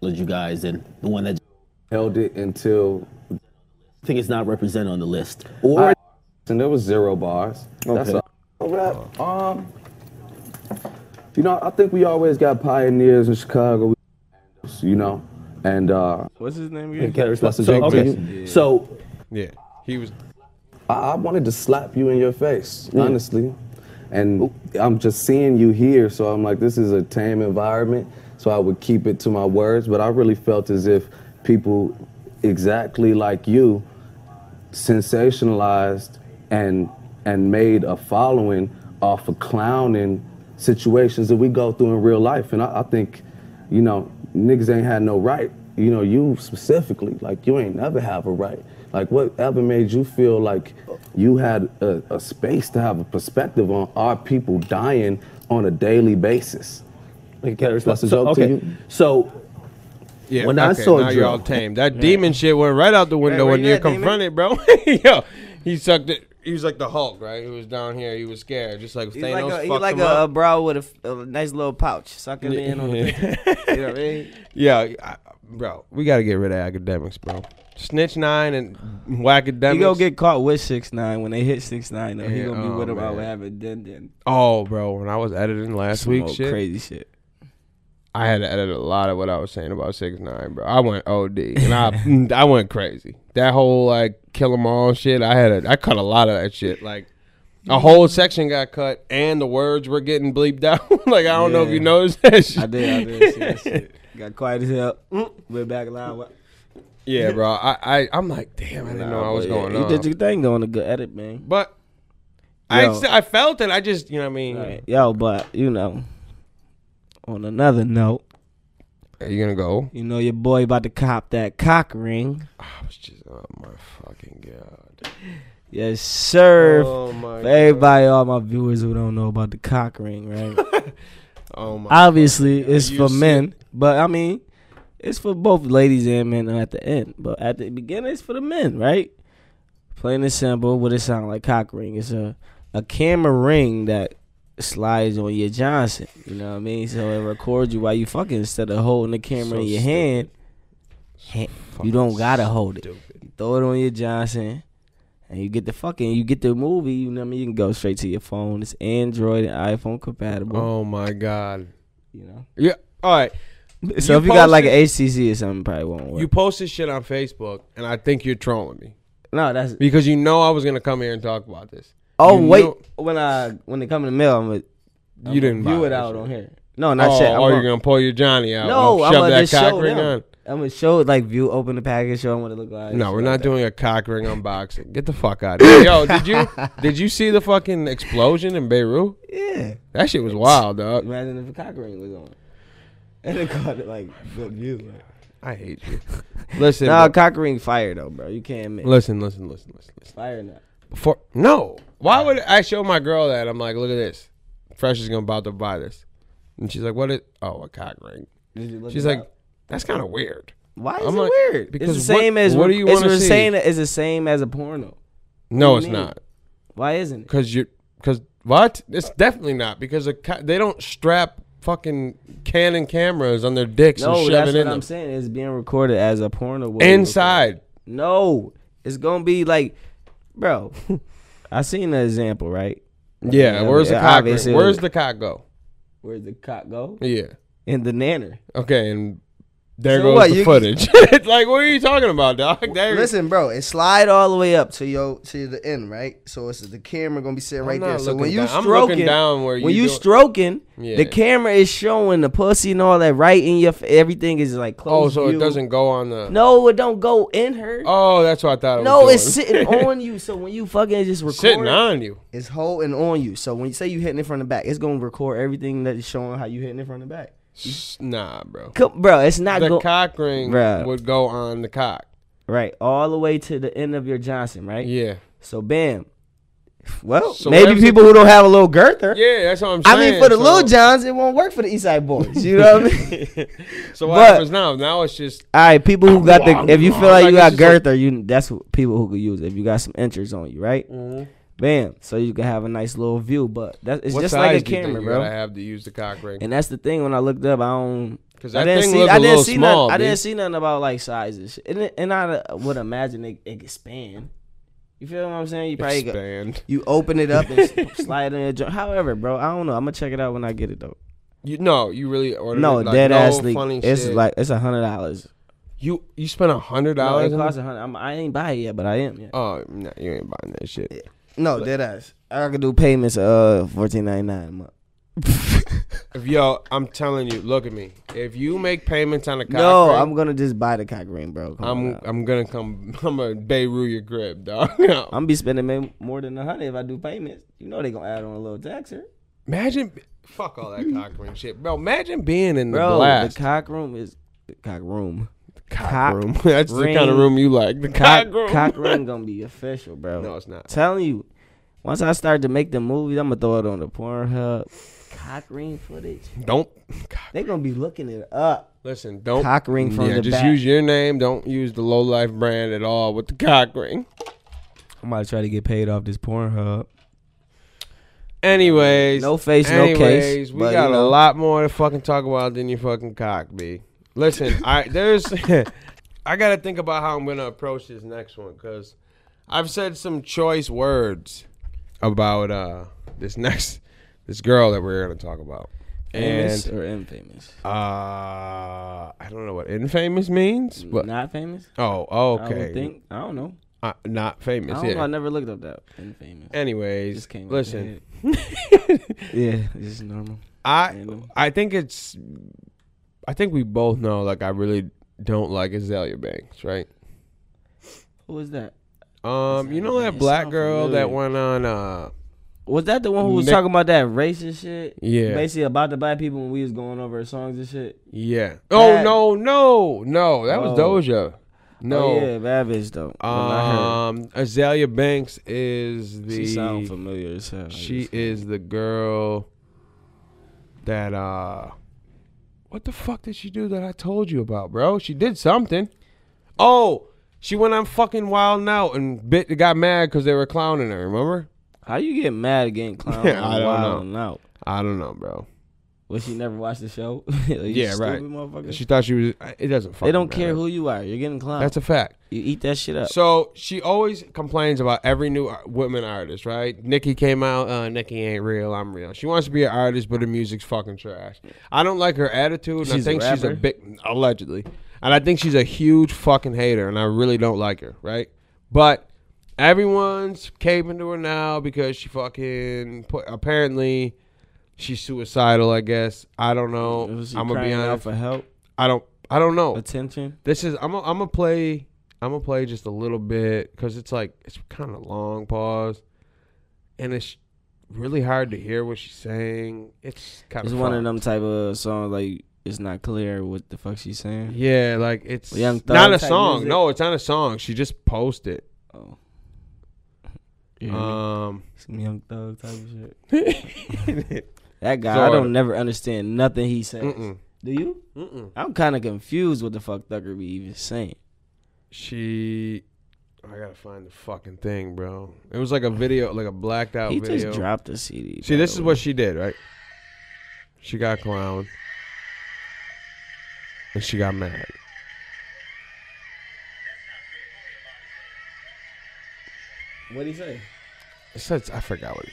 Speaker 7: Let you guys and the one that
Speaker 5: held it until
Speaker 7: I think it's not represented on the list. Or
Speaker 5: and there was zero bars. That's
Speaker 7: Okay.
Speaker 5: a rap. Um, you know, I think we always got pioneers in Chicago. You know, and uh,
Speaker 3: What's his name again?
Speaker 5: that's a
Speaker 7: so,
Speaker 5: big
Speaker 7: okay.
Speaker 5: thing.
Speaker 7: so
Speaker 2: Yeah, he was.
Speaker 5: I, I wanted to slap you in your face, honestly. And I'm just seeing you here, so I'm like, this is a tame environment. So I would keep it to my words, but I really felt as if people exactly like you sensationalized and and made a following off of clowning situations that we go through in real life. And I, I think, you know, niggas ain't had no right. You know, you specifically, like you ain't never have a right. Like whatever made you feel like you had a, a space to have a perspective on our people dying on a daily basis. That's a joke
Speaker 7: okay.
Speaker 5: to you.
Speaker 7: So
Speaker 2: Yeah,
Speaker 7: When I saw
Speaker 2: now
Speaker 7: Drew-
Speaker 2: you're all tame. That demon shit went right out the window
Speaker 3: where
Speaker 2: when
Speaker 3: you
Speaker 2: you
Speaker 3: at, demon?
Speaker 2: confronted, bro. Yo, he sucked it. He was like the Hulk, right? He was down here. He was scared, just like
Speaker 3: He's
Speaker 2: Thanos
Speaker 3: like a, he's
Speaker 2: fucked
Speaker 3: like
Speaker 2: him
Speaker 3: a,
Speaker 2: up.
Speaker 3: bro with a f- a, nice little pouch sucking in on the picture. You know what I mean?
Speaker 2: Yeah, I, bro, we gotta get rid of academics, bro. Snitch nine and whackademics.
Speaker 3: He gonna get caught with six nine when they hit six nine. Though he
Speaker 2: Yeah,
Speaker 3: gonna be
Speaker 2: oh,
Speaker 3: with him out
Speaker 2: man.
Speaker 3: having then then
Speaker 2: oh, bro. When I was editing last
Speaker 3: some
Speaker 2: week,
Speaker 3: old
Speaker 2: shit,
Speaker 3: crazy shit.
Speaker 2: I had to edit a lot of what I was saying about six nine, bro. I went OD and I I went crazy. That whole like kill 'em all shit. I had a, I cut a lot of that shit. Like a whole section got cut and the words were getting bleeped out. like I don't know if
Speaker 3: Yeah.
Speaker 2: you noticed that shit.
Speaker 3: I did, I did see that shit. Got quiet as hell. Mm, Went back line. What?
Speaker 2: Yeah, bro. I, I I'm like, damn, I didn't know I was
Speaker 3: But, yeah,
Speaker 2: going
Speaker 3: You
Speaker 2: on.
Speaker 3: did your thing though on a good edit, man.
Speaker 2: but I
Speaker 3: Yo.
Speaker 2: still, I felt it. I just you know what I mean.
Speaker 3: Right. Yo, but you know, on another note,
Speaker 2: Are you gonna go?
Speaker 3: you know your boy about to cop that cock ring.
Speaker 2: I was just oh my fucking god.
Speaker 3: Yes, sir.
Speaker 2: Oh my
Speaker 3: For everybody, all my viewers who don't know about the cock ring, right?
Speaker 2: Oh my.
Speaker 3: Obviously, it's
Speaker 2: you
Speaker 3: for
Speaker 2: see-
Speaker 3: men, but I mean, it's for both ladies and men at the end. But at the beginning, it's for the men, right? Plain and simple. What it sound like? Cock ring. It's a a camera ring that slides on your Johnson. You know what I mean? So it records you while you fucking instead of holding the camera
Speaker 2: So
Speaker 3: in your
Speaker 2: stupid.
Speaker 3: hand. hand- you don't gotta hold it. You throw it on your Johnson, and you get the fucking you get the movie. You know what I mean? You can go straight to your phone. It's Android and iPhone compatible.
Speaker 2: Oh my god.
Speaker 3: You know.
Speaker 2: Yeah. All right.
Speaker 3: So
Speaker 2: You
Speaker 3: if you got like an
Speaker 2: posted-
Speaker 3: HCC or something, probably won't work.
Speaker 2: You posted shit on Facebook, and I think you're trolling me
Speaker 3: no, that's.
Speaker 2: because you know I was gonna come here and talk about this.
Speaker 3: Oh
Speaker 2: you
Speaker 3: wait,
Speaker 2: know-
Speaker 3: when I when they come in the mail, I'm gonna
Speaker 2: You didn't buy
Speaker 3: view it
Speaker 2: that
Speaker 3: out
Speaker 2: shit.
Speaker 3: on here. No, not
Speaker 2: Oh,
Speaker 3: yet. I
Speaker 2: or you're
Speaker 3: won't.
Speaker 2: gonna pull your Johnny out?
Speaker 3: No,
Speaker 2: and
Speaker 3: I'm
Speaker 2: shove
Speaker 3: gonna
Speaker 2: that
Speaker 3: just
Speaker 2: cock
Speaker 3: show
Speaker 2: ring
Speaker 3: them.
Speaker 2: on.
Speaker 3: I'm gonna show it like view open the package. Show him what it look like.
Speaker 2: No, we're not doing a cock ring unboxing. Get the fuck out of here. Yo, did you did you see the fucking explosion in Beirut?
Speaker 3: Yeah.
Speaker 2: That shit was wild, dog.
Speaker 3: Imagine if a cock ring was on. And it caught it like good view.
Speaker 2: I hate you. Listen,
Speaker 3: Nah,
Speaker 2: bro.
Speaker 3: cock ring fire though, bro. You can't miss.
Speaker 2: listen, listen, listen, listen, listen.
Speaker 3: Fire not.
Speaker 2: For no, why would I show my girl that? I'm like, look at this. Fresh is gonna about to buy this, and she's like, what is? Oh, a cock ring.
Speaker 3: Did you look
Speaker 2: She's
Speaker 3: it
Speaker 2: like,
Speaker 3: up?
Speaker 2: that's kind of weird.
Speaker 3: why is
Speaker 2: I'm
Speaker 3: it
Speaker 2: like,
Speaker 3: weird?
Speaker 2: because
Speaker 3: it's the same
Speaker 2: what-
Speaker 3: as
Speaker 2: what do you
Speaker 3: it's
Speaker 2: wanna
Speaker 3: the
Speaker 2: see?
Speaker 3: same- It's the same as a porno.
Speaker 2: No,
Speaker 3: you
Speaker 2: it's
Speaker 3: mean?
Speaker 2: not.
Speaker 3: Why isn't it?
Speaker 2: Cause you, cause what? It's definitely not because a co- they don't strap fucking Canon cameras on their dicks and
Speaker 3: No,
Speaker 2: shove
Speaker 3: that's
Speaker 2: it in
Speaker 3: what I'm
Speaker 2: them
Speaker 3: saying. It's being recorded as a porno. would be recorded.
Speaker 2: inside.
Speaker 3: No, it's gonna be like, bro. I seen an example, right?
Speaker 2: Yeah,
Speaker 3: Yeah,
Speaker 2: where's
Speaker 3: yeah,
Speaker 2: the cock?
Speaker 3: obviously.
Speaker 2: Ring? Where's the cock go?
Speaker 3: Where the cock go
Speaker 2: Yeah.
Speaker 3: and the nanner.
Speaker 2: Okay, and there
Speaker 3: So
Speaker 2: goes
Speaker 3: what,
Speaker 2: the
Speaker 3: you-
Speaker 2: footage. it's like, what are you talking about, dog? There,
Speaker 8: Listen, bro, it slide all the way up to your to the end, right? So it's the camera gonna be sitting
Speaker 2: I'm
Speaker 8: right
Speaker 2: not
Speaker 8: there. So when
Speaker 2: looking
Speaker 8: you
Speaker 2: down. I'm
Speaker 8: stroking,
Speaker 2: looking down where
Speaker 3: when
Speaker 2: you
Speaker 3: you,
Speaker 2: doing-
Speaker 3: stroking,
Speaker 2: Yeah.
Speaker 3: the camera is showing the pussy and all that right in your. F- everything is like
Speaker 2: oh,
Speaker 3: close.
Speaker 2: so
Speaker 3: view.
Speaker 2: it doesn't go on the.
Speaker 3: No, it don't go in her.
Speaker 2: Oh, that's what I thought. It
Speaker 3: no,
Speaker 2: was
Speaker 3: it's
Speaker 2: doing.
Speaker 3: sitting on you. So when you fucking just record,
Speaker 2: sitting on you.
Speaker 8: it's holding on you. So when you say you hitting it from the back, it's gonna record everything that is showing how you hitting it from the back.
Speaker 2: S- Nah, bro.
Speaker 3: Come, bro, it's not
Speaker 2: The
Speaker 3: going
Speaker 2: cock ring
Speaker 3: Bruh.
Speaker 2: would go on the cock.
Speaker 3: right all the way to the end of your Johnson, right?
Speaker 2: Yeah.
Speaker 3: So bam. Well,
Speaker 2: So
Speaker 3: maybe
Speaker 2: whatever's the-
Speaker 3: people who don't have a little girther.
Speaker 2: Yeah, that's what I'm
Speaker 8: I
Speaker 2: saying.
Speaker 8: mean, for the
Speaker 2: so,
Speaker 8: little Johns, it won't work for the Eastside Boys. You know what I mean?
Speaker 2: So what
Speaker 3: but-
Speaker 2: happens now? Now it's just
Speaker 3: All right, people who got the if you feel
Speaker 2: Like,
Speaker 3: like you
Speaker 2: it's
Speaker 3: got
Speaker 2: just like-
Speaker 3: girther, you that's what people who could use it. If you got some inches on you, right? Bam. So you can have a nice little view, but that's it's
Speaker 2: Mm-hmm. what
Speaker 3: just
Speaker 2: size
Speaker 3: like a
Speaker 2: do you think
Speaker 3: camera,
Speaker 2: you gotta
Speaker 3: bro.
Speaker 2: have to use the cock ring.
Speaker 3: And that's the thing when I looked up, I don't
Speaker 2: 'Cause
Speaker 3: I
Speaker 2: that
Speaker 3: didn't
Speaker 2: thing
Speaker 3: see
Speaker 2: look a
Speaker 3: I didn't
Speaker 2: little
Speaker 3: see
Speaker 2: small,
Speaker 3: nothing, I didn't
Speaker 2: B.
Speaker 3: see nothing about like sizes and it- and I uh, would imagine it, it expand. You feel what I'm saying? You probably go,
Speaker 2: Expand.
Speaker 8: you open it up. And,
Speaker 3: slide it in. Your, jo- however, bro, I don't know. I'm gonna check it out when I get it though.
Speaker 2: You no, you really ordered
Speaker 3: No,
Speaker 2: it, like,
Speaker 3: dead
Speaker 2: no
Speaker 3: ass leak.
Speaker 2: funny
Speaker 3: It's
Speaker 2: shit.
Speaker 3: like it's a hundred dollars.
Speaker 2: you you spent a hundred
Speaker 3: No,
Speaker 2: dollars.
Speaker 3: it
Speaker 2: on
Speaker 3: costs
Speaker 2: it?
Speaker 3: a hundred. I'm- I ain't buy it yet, but I am. Yeah.
Speaker 2: Oh no, you ain't buying that shit.
Speaker 8: no, dead ass.
Speaker 3: I could do payments of uh, fourteen ninety nine a month.
Speaker 2: If yo, I'm telling you, look at me. If you make payments on a cock
Speaker 3: No,
Speaker 2: ring,
Speaker 3: I'm gonna just buy the cock ring, bro. Come on
Speaker 2: I'm
Speaker 3: now.
Speaker 2: I'm gonna come. I'm gonna Beirut your crib, dog. No.
Speaker 3: I'm be spending may- more than a hundred if I do payments. You know they gonna add on a little taxer,
Speaker 2: Imagine, fuck all that cock ring shit, bro. Imagine being in the
Speaker 3: bro.
Speaker 2: blast
Speaker 3: The cock room is the cock room.
Speaker 2: cock,
Speaker 3: cock
Speaker 2: room. That's the kind of
Speaker 3: ring-
Speaker 2: room you like. The cock,
Speaker 3: Cock
Speaker 2: room.
Speaker 3: cock ring gonna be official, bro.
Speaker 2: No, it's not.
Speaker 3: Telling you, once I start to make the movies, I'm gonna throw it on the Pornhub. Cock ring footage.
Speaker 2: Don't cock-
Speaker 3: They gonna be looking it up.
Speaker 2: listen. Don't
Speaker 3: Cock ring from
Speaker 2: yeah,
Speaker 3: the
Speaker 2: just
Speaker 3: back.
Speaker 2: use your name. Don't use the low life brand at all with the cock ring.
Speaker 3: I'm about to try to get paid off this Pornhub.
Speaker 2: Anyways,
Speaker 3: No face, no
Speaker 2: anyways,
Speaker 3: case,
Speaker 2: we
Speaker 3: but,
Speaker 2: got
Speaker 3: you
Speaker 2: a
Speaker 3: know.
Speaker 2: lot more to fucking talk about than your fucking cock, b. Listen, I there's, I gotta think about how I'm gonna approach this next one because I've said some choice words about uh this next this girl that we're gonna talk about,
Speaker 3: Famous
Speaker 2: and
Speaker 3: or infamous?
Speaker 2: uh I don't know what infamous means, but
Speaker 3: Not famous.
Speaker 2: oh
Speaker 3: I
Speaker 2: okay,
Speaker 3: would think. I don't know.
Speaker 2: Uh, not
Speaker 3: I
Speaker 2: famous.
Speaker 3: don't know. I
Speaker 2: Yeah.
Speaker 3: never looked up that infamous.
Speaker 2: Anyways,
Speaker 3: Just came.
Speaker 2: listen.
Speaker 3: yeah, it's just normal.
Speaker 2: I
Speaker 3: Random.
Speaker 2: I think it's I think we both know like I really don't like Azalea Banks, right?
Speaker 3: Who is that?
Speaker 2: Um, you know
Speaker 3: Azalea
Speaker 2: that
Speaker 3: Banks
Speaker 2: black
Speaker 3: sound
Speaker 2: girl that
Speaker 3: familiar.
Speaker 2: went on uh
Speaker 3: Was that the one who was
Speaker 2: Nick-
Speaker 3: talking about that racist shit?
Speaker 2: Yeah.
Speaker 3: Basically about the black people when we was going over her songs and shit.
Speaker 2: yeah. Oh
Speaker 3: Bad.
Speaker 2: no, no, no, that was
Speaker 3: Oh.
Speaker 2: Doja.
Speaker 3: Oh,
Speaker 2: No.
Speaker 3: yeah, bad bitch though. When I
Speaker 2: Um Azalea Banks is
Speaker 3: heard, she sound
Speaker 2: the
Speaker 3: familiar as hell. I
Speaker 2: she
Speaker 3: just-
Speaker 2: is the girl that uh what the fuck did she do that I told you about, bro? She did something. Oh, she went on fucking wild now and bit got mad because they were clowning her. Remember?
Speaker 3: How you get mad at getting clown?
Speaker 2: Yeah, I don't
Speaker 3: Out?
Speaker 2: I don't know, bro.
Speaker 3: Well, she never watched the show.
Speaker 2: Yeah, right.
Speaker 3: right.
Speaker 2: She thought she was. It doesn't.
Speaker 3: They
Speaker 2: fucking
Speaker 3: don't care
Speaker 2: matter.
Speaker 3: who you are. You're getting clown.
Speaker 2: That's a fact.
Speaker 3: you eat that shit up.
Speaker 2: So she always complains about every new ar- women artist, right? Nikki came out. Uh, Nikki ain't real. I'm real. She wants to be an artist, but her music's fucking trash. I don't like her attitude. And I
Speaker 3: She's a
Speaker 2: think she's a
Speaker 3: rapper?
Speaker 2: big allegedly, and I think she's a huge fucking hater, and I really don't like her, right? But everyone's caving to her now because she fucking put, apparently she's suicidal. I guess I don't know.
Speaker 3: Was she
Speaker 2: I'm gonna be
Speaker 3: crying out
Speaker 2: honest.
Speaker 3: for help.
Speaker 2: I don't. I don't know.
Speaker 3: Attention.
Speaker 2: This is I'm i I'm gonna play I'm gonna play just a little bit because it's like it's kind of long pause, and it's really hard to hear what she's saying. It's kind
Speaker 3: It's
Speaker 2: of
Speaker 3: one of them type of songs like it's not clear what the fuck she's saying.
Speaker 2: Yeah, like it's
Speaker 3: Young Thug
Speaker 2: not a
Speaker 3: type
Speaker 2: song.
Speaker 3: music.
Speaker 2: No, it's not a song. She just posted.
Speaker 3: Oh. Yeah.
Speaker 2: Um,
Speaker 3: Some young thug type of shit. That guy,
Speaker 2: So,
Speaker 3: I
Speaker 2: uh,
Speaker 3: don't never understand nothing he says.
Speaker 2: mm-mm,
Speaker 3: Do you?
Speaker 2: mm-mm.
Speaker 3: I'm kind of confused what the fuck Thugger be even saying.
Speaker 2: she. I gotta find the fucking thing, bro. It was like a video, like a blacked out
Speaker 3: he
Speaker 2: video.
Speaker 3: just dropped a CD.
Speaker 2: See,
Speaker 3: by
Speaker 2: this is
Speaker 3: the way.
Speaker 2: what she did, right? She got clowned. And she got mad.
Speaker 3: What'd he say?
Speaker 2: It says, I forgot what.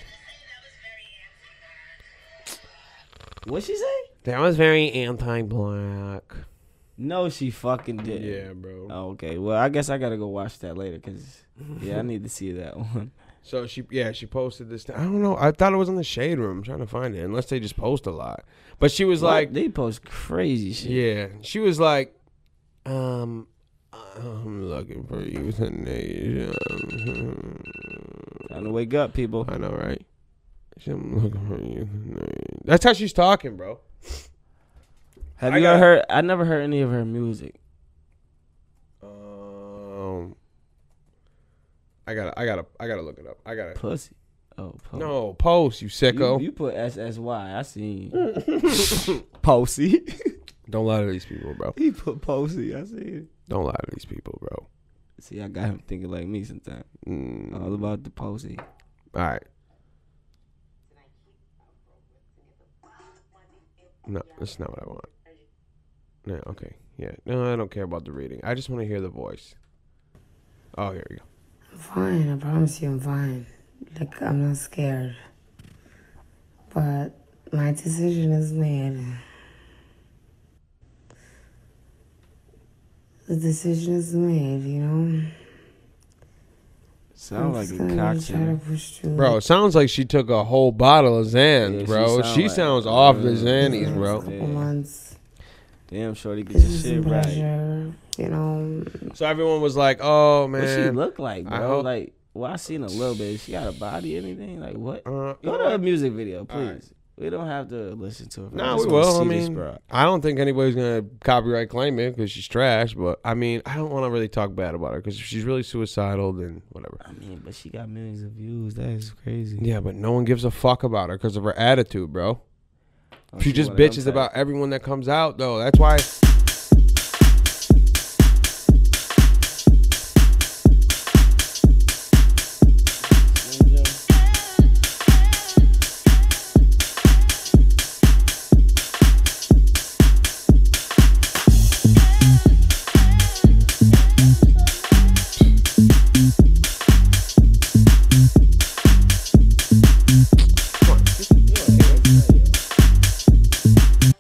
Speaker 3: What she say?
Speaker 2: That was very anti-black.
Speaker 3: No, she fucking did.
Speaker 2: Yeah, bro.
Speaker 3: Oh, okay. Well, I guess I gotta go watch that later because yeah, I need to see that one.
Speaker 2: So she, yeah, she posted this. Thing. I don't know. I thought it was in the shade room. I'm trying to find it, unless they just post a lot. But she was like,
Speaker 3: they post crazy shit.
Speaker 2: Yeah, she was like, um, I'm looking for you tonight. Um,
Speaker 3: Time to wake up, people.
Speaker 2: I know, right? She- I'm looking for you tonight. That's how she's talking, bro.
Speaker 3: Have
Speaker 2: I
Speaker 3: you
Speaker 2: got-
Speaker 3: ever heard? I never heard any of her music.
Speaker 2: Um, I gotta, I gotta, I gotta look it up. I gotta.
Speaker 3: Pussy. Oh, po-
Speaker 2: No, post you
Speaker 3: You,
Speaker 2: sicko.
Speaker 3: you put SSY. I seen Posey.
Speaker 2: Don't lie to these people, bro.
Speaker 3: he put Posey. I seen.
Speaker 2: Don't lie to these people, bro.
Speaker 3: it. See, I got him thinking like me sometimes.
Speaker 2: Mm.
Speaker 3: All about the Posey.
Speaker 2: All right. No, that's not what I want. No, okay. Yeah. No, I don't care about the reading. I just want to hear the voice. Oh, here we go.
Speaker 9: fine. I promise you I'm fine. Like, I'm not scared. But my decision is made. The decision is made, you know?
Speaker 3: Sound like
Speaker 9: just
Speaker 3: a
Speaker 9: gonna Try to
Speaker 3: cocktail.
Speaker 9: push through
Speaker 2: Bro, it sounds like she took a whole bottle of Zans,
Speaker 3: Yeah, she
Speaker 2: bro.
Speaker 3: sound
Speaker 2: She,
Speaker 3: like-
Speaker 2: sounds off the
Speaker 3: Yeah.
Speaker 9: these
Speaker 2: Xannies,
Speaker 9: next
Speaker 2: bro.
Speaker 9: couple
Speaker 3: Yeah.
Speaker 9: months.
Speaker 3: Damn, shorty, get your
Speaker 9: This
Speaker 3: shit
Speaker 9: is
Speaker 3: right.
Speaker 9: pressure, you know?
Speaker 2: So everyone was like, "Oh man,
Speaker 3: What she look like,
Speaker 2: I
Speaker 3: bro?
Speaker 2: hope-
Speaker 3: Like, well, I seen a little bit. She got a body, anything? Like, what?
Speaker 2: Uh,
Speaker 3: Go to a music video, please. We don't have to listen to it.
Speaker 2: No,
Speaker 3: I
Speaker 2: we
Speaker 3: just wanna
Speaker 2: will. I
Speaker 3: see this
Speaker 2: mean,
Speaker 3: broad.
Speaker 2: I don't think anybody's gonna copyright claim it because she's trash. But I mean, I don't want to really talk bad about her because if she's really suicidal, then whatever.
Speaker 3: I mean, but she got millions of views. That is crazy.
Speaker 2: Yeah, but no one gives a fuck about her because of her attitude, bro.
Speaker 3: Oh,
Speaker 2: She just
Speaker 3: one of them
Speaker 2: bitches
Speaker 3: type.
Speaker 2: about everyone that comes out, though. That's why.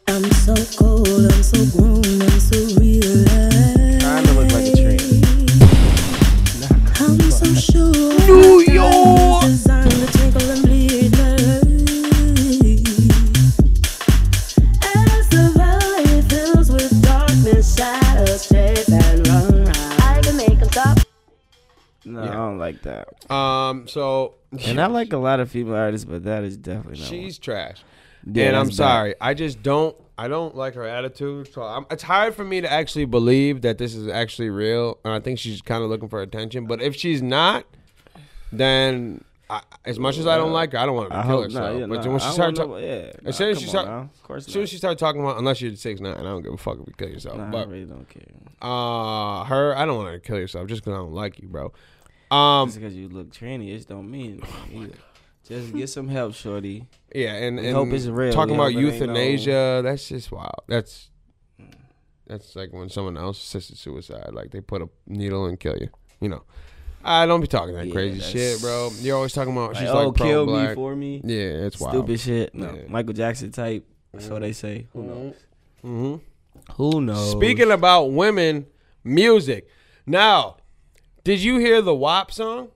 Speaker 9: I'm so cold, I'm so grown, I'm so real.
Speaker 3: Kinda look like a tree.
Speaker 9: I'm so sure. New York. Designed to twinkle and bleed As the valley fills with darkness, shadows chase and run. I can make them stop.
Speaker 3: No, I don't like that.
Speaker 2: Um, so
Speaker 3: And I like a lot of female artists, but that is definitely not.
Speaker 2: she's trash,
Speaker 3: one. Yeah,
Speaker 2: and I'm
Speaker 3: that's bad.
Speaker 2: sorry. I just don't. I don't like her attitude. So I'm, it's hard for me to actually believe that this is actually real. And I think she's kind of looking for attention. But if she's not, then I, as much as I don't like her, I don't want her to
Speaker 3: I
Speaker 2: kill
Speaker 3: hope
Speaker 2: herself.
Speaker 3: not. Yeah,
Speaker 2: but
Speaker 3: no,
Speaker 2: when she
Speaker 3: I
Speaker 2: started,
Speaker 3: don't
Speaker 2: talking.
Speaker 3: know, yeah, nah,
Speaker 2: as soon as she
Speaker 3: come on
Speaker 2: start-
Speaker 3: now. of course,
Speaker 2: As soon as she started talking about, unless you're six nine, I don't give a fuck if you kill yourself.
Speaker 3: not. Nah, I
Speaker 2: but
Speaker 3: really don't care.
Speaker 2: uh, her, I don't want her to kill yourself just because I don't like you, bro. Um, Oh
Speaker 3: Just because you look tranny, it don't mean anything either. Just get some help, shorty.
Speaker 2: yeah, and,
Speaker 3: We
Speaker 2: and
Speaker 3: hope it's real.
Speaker 2: Talking
Speaker 3: We
Speaker 2: about
Speaker 3: hope it ain't no-
Speaker 2: euthanasia, that's just wild. That's that's like when someone else assisted suicide, like they put a needle and kill you. You know, I don't be talking that
Speaker 3: Yeah,
Speaker 2: crazy
Speaker 3: that's-
Speaker 2: shit, bro. You're always talking about
Speaker 3: Like,
Speaker 2: she's
Speaker 3: oh,
Speaker 2: like pro
Speaker 3: kill
Speaker 2: black.
Speaker 3: me for me.
Speaker 2: yeah, it's wild.
Speaker 3: Stupid shit. No,
Speaker 2: Yeah. Mm-hmm.
Speaker 3: Michael Jackson type. So they say. Who knows?
Speaker 2: Mhm.
Speaker 3: Who knows?
Speaker 2: Speaking about women, music. Now, did you hear the WAP song?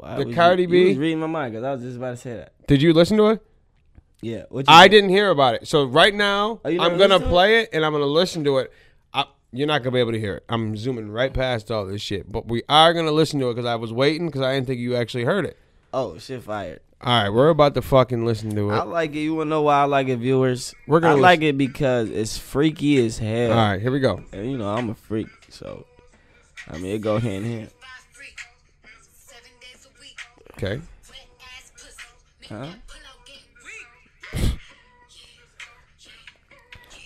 Speaker 3: Why
Speaker 2: the
Speaker 3: was
Speaker 2: Cardi
Speaker 3: you,
Speaker 2: B-
Speaker 3: you was reading my mind because I was just about to say that.
Speaker 2: Did you listen to it?
Speaker 3: Yeah. What you
Speaker 2: I
Speaker 3: think?
Speaker 2: didn't hear about it. So right now,
Speaker 3: Oh, you never
Speaker 2: I'm gonna
Speaker 3: listened to it?
Speaker 2: play it and I'm gonna listen to it. You're not gonna be able to hear it. I'm zooming right past all this shit, but we are gonna listen to it because I was waiting because I didn't think you actually heard it.
Speaker 3: Oh, shit fired.
Speaker 2: All right, we're about to fucking listen to it.
Speaker 3: I like it. You wanna know why I like it, viewers?
Speaker 2: We're gonna
Speaker 3: I like it because it's freaky as hell.
Speaker 2: all right, here we go.
Speaker 3: And you know I'm a freak, so I mean it go hand in hand.
Speaker 2: Okay.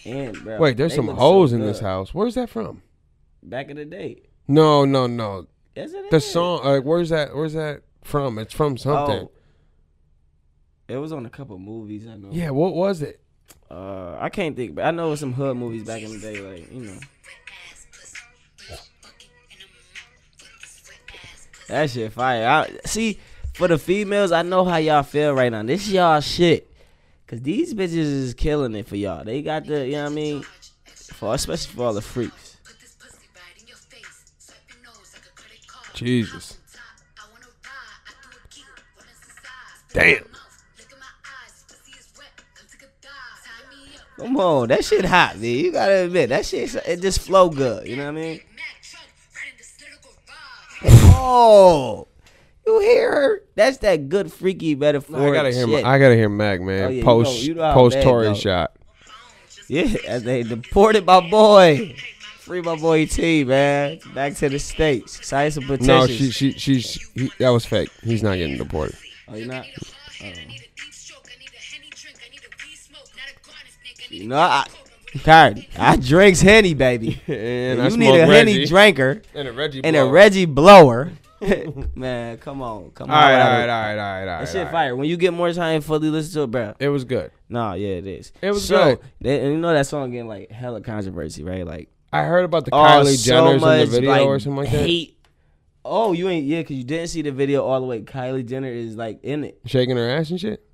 Speaker 3: And bro,
Speaker 2: Wait, there's
Speaker 3: they
Speaker 2: some
Speaker 3: look
Speaker 2: hoes
Speaker 3: so
Speaker 2: in this
Speaker 3: good.
Speaker 2: house. Where's that from?
Speaker 3: Back in the day,
Speaker 2: No, no, no.
Speaker 3: yes it
Speaker 2: The
Speaker 3: is.
Speaker 2: song. Like, where's that? Where's that from? It's from something.
Speaker 3: Oh, it was on a couple movies. I know.
Speaker 2: Yeah. What was it?
Speaker 3: Uh, I can't think, but I know it was some hood movies back in the day, like you know. That shit fire. I, see, for the females, I know how y'all feel right now. This y'all shit, cause these bitches is killing it for y'all. They got the, you know what I mean, for especially for all the freaks.
Speaker 2: Jesus.
Speaker 10: Damn.
Speaker 3: Come on, that shit hot, man. You gotta admit that shit. It just flow good. You know what I mean? Oh, you hear her? That's that good freaky metaphor.
Speaker 2: I gotta hear.
Speaker 3: shit.
Speaker 2: My, I gotta hear Mac, man.
Speaker 3: Oh, yeah, you
Speaker 2: post
Speaker 3: know- you know how
Speaker 2: post
Speaker 3: bad,
Speaker 2: Tory
Speaker 3: though.
Speaker 2: shot.
Speaker 3: Yeah, as they deported my boy. Free my boy T, man. Back to the States. Science and petitions.
Speaker 2: No, she she she's he, that was fake. He's not getting deported.
Speaker 3: Oh, you not? You know, I. Karen, I drinks Henny, baby.
Speaker 2: And I
Speaker 3: you need
Speaker 2: smoke
Speaker 3: a Henny
Speaker 2: Reggie.
Speaker 3: drinker
Speaker 2: And a Reggie.
Speaker 3: and a
Speaker 2: blow.
Speaker 3: Reggie blower. man, come on. Come
Speaker 2: All
Speaker 3: on.
Speaker 2: right, all right, all right, all right, all
Speaker 3: That
Speaker 2: right.
Speaker 3: shit fire. When you get more time, fully listen to it, bro.
Speaker 2: It was good.
Speaker 3: Nah, yeah, it is.
Speaker 2: It was
Speaker 3: so,
Speaker 2: good.
Speaker 3: They, and you know that song getting like hella controversy, right? Like,
Speaker 2: I heard about the
Speaker 3: oh,
Speaker 2: Kylie
Speaker 3: so
Speaker 2: Jenner's
Speaker 3: much,
Speaker 2: in the video
Speaker 3: like,
Speaker 2: or something like that.
Speaker 3: hate. Oh, you ain't yeah, cause you didn't see the video all the way. Kylie Jenner is like in it.
Speaker 2: Shaking her ass and shit.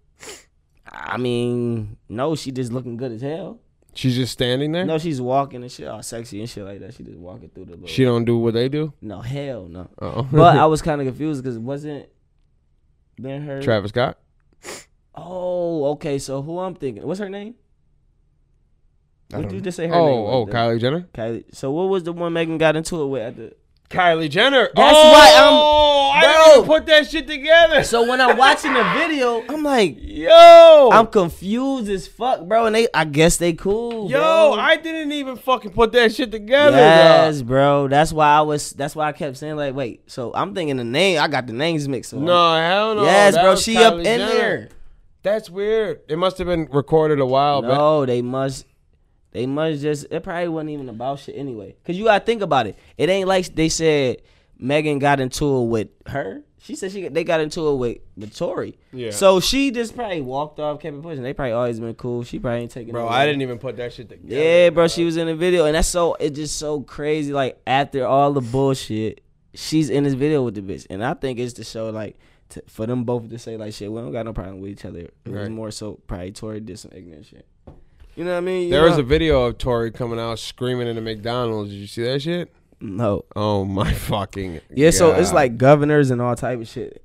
Speaker 3: I mean, no, she just looking good as hell.
Speaker 2: She's just standing there.
Speaker 3: No, she's walking and shit, all sexy and shit like that. She just walking through the little.
Speaker 2: she don't do what they do.
Speaker 3: no, hell no.
Speaker 2: Oh,
Speaker 3: But I was kind of confused because it wasn't been her.
Speaker 2: Travis Scott.
Speaker 3: Oh, okay. So who I'm thinking? What's her name? Would you just say her
Speaker 2: oh,
Speaker 3: name?
Speaker 2: oh,
Speaker 3: was, though?
Speaker 2: Kylie Jenner.
Speaker 3: Kylie. So what was the one Megan got into it with? At the...
Speaker 2: Kylie Jenner.
Speaker 3: That's
Speaker 2: oh,
Speaker 3: why I'm-
Speaker 2: I didn't even put that shit together.
Speaker 3: So when I'm watching the video, I'm like,
Speaker 2: Yo,
Speaker 3: I'm confused as fuck, bro. And they, I guess they cool.
Speaker 2: yo,
Speaker 3: bro.
Speaker 2: I didn't even fucking put that shit together.
Speaker 3: Yes, bro. That's why I was. That's why I kept saying like, wait. So I'm thinking the name. I got the names mixed up.
Speaker 2: dog. No, hell no.
Speaker 3: Yes,
Speaker 2: That
Speaker 3: bro.
Speaker 2: was
Speaker 3: She
Speaker 2: Kylie
Speaker 3: up in
Speaker 2: Jenner.
Speaker 3: there.
Speaker 2: That's weird. It must have been recorded a while back.
Speaker 3: No, they must. They must just. It probably wasn't even about shit anyway. Cause you gotta think about it. It ain't like they said Megan got into it with her. She said she they got into it with with Tori.
Speaker 2: Yeah.
Speaker 3: So she just probably walked off, kept it pushing. They probably always been cool. She probably ain't taking.
Speaker 2: Bro,
Speaker 3: no-
Speaker 2: I didn't even put that shit together.
Speaker 3: Yeah, bro, she was in the video, and that's so it's just so crazy. Like after all the bullshit, she's in this video with the bitch, and I think it's to show like to, for them both to say like shit. We don't got no problem with each other. It was
Speaker 2: Right.
Speaker 3: more so probably Tori did some ignorant shit. You know what I mean? You
Speaker 2: There was
Speaker 3: know?
Speaker 2: a video of Tori coming out screaming in the McDonald's. Did you see that shit?
Speaker 3: no.
Speaker 2: Oh my fucking.
Speaker 3: Yeah, so it's
Speaker 2: God.
Speaker 3: like governors and all type of shit,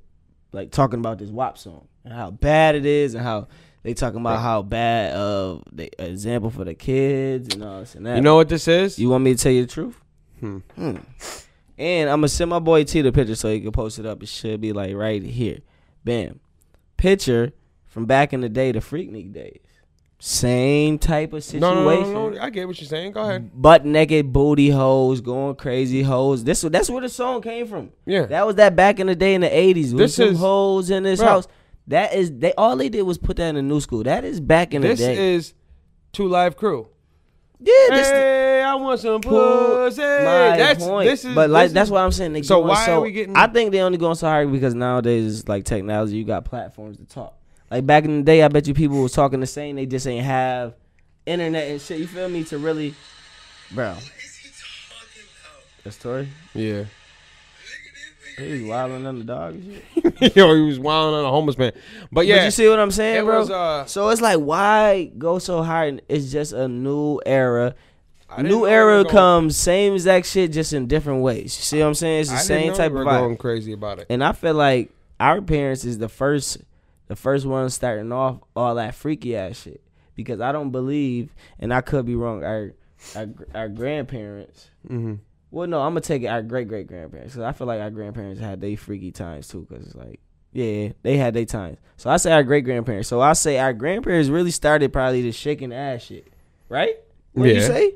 Speaker 3: like talking about this WAP song and how bad it is, and how they talking about how bad of the example for the kids and all this and that.
Speaker 2: you know what this is?
Speaker 3: You want me to tell you the truth?
Speaker 2: Hmm.
Speaker 3: Hmm. And I'm gonna send my boy T the picture so he can post it up. It should be like right here. Bam. Picture from back in the day, the Freaknik days. Same type of situation.
Speaker 2: no,
Speaker 3: Mm.
Speaker 2: no, no, no, no. I get what you're saying. Go ahead.
Speaker 3: Butt naked booty hoes, going crazy hoes. This that's where the song came from.
Speaker 2: Yeah.
Speaker 3: That was that back in the day in the 80s. With
Speaker 2: This
Speaker 3: some
Speaker 2: is-
Speaker 3: hoes in this
Speaker 2: Bro.
Speaker 3: house. That is they all they did was put that in the new school. That is back in
Speaker 2: this
Speaker 3: the day.
Speaker 2: is Two Live Crew.
Speaker 3: yeah, this
Speaker 2: Hey, I want some
Speaker 3: Pull
Speaker 2: pussy.
Speaker 3: my
Speaker 2: That's
Speaker 3: point.
Speaker 2: this is.
Speaker 3: but like
Speaker 2: this
Speaker 3: that's
Speaker 2: is-
Speaker 3: what I'm saying. They
Speaker 2: So
Speaker 3: going
Speaker 2: why are
Speaker 3: so-
Speaker 2: we getting-
Speaker 3: I think they only going so hard because nowadays it's like technology. You got platforms to talk. Like back in the day, I bet you people was talking the same. They just ain't have internet and shit. You feel me? To really, bro. That's Tori.
Speaker 2: Yeah.
Speaker 3: He was wilding on the dog. And shit.
Speaker 2: Yo, he was wilding on a homeless man. But yeah,
Speaker 3: But you see what I'm saying,
Speaker 2: It
Speaker 3: bro?
Speaker 2: was, uh,
Speaker 3: so it's like, why go so hard? It's just a new era.
Speaker 2: I didn't know
Speaker 3: New
Speaker 2: we
Speaker 3: era
Speaker 2: were going-
Speaker 3: comes, same exact shit, just in different ways. You see what I'm saying? It's the
Speaker 2: I didn't
Speaker 3: same
Speaker 2: know
Speaker 3: type
Speaker 2: we
Speaker 3: of
Speaker 2: were
Speaker 3: vibe.
Speaker 2: going crazy about it.
Speaker 3: And I feel like our parents is the first the first one starting off all that freaky ass shit. Because I don't believe, and I could be wrong, I our, gr- our grandparents.
Speaker 2: Mm-hmm.
Speaker 3: Well, no, I'm gonna take it our great great grandparents because I feel like our grandparents had they freaky times too. Because it's like, yeah, they had their times. So I say our great grandparents. So I say our grandparents really started probably the shaking ass shit, right? What you
Speaker 2: Yeah.
Speaker 3: say?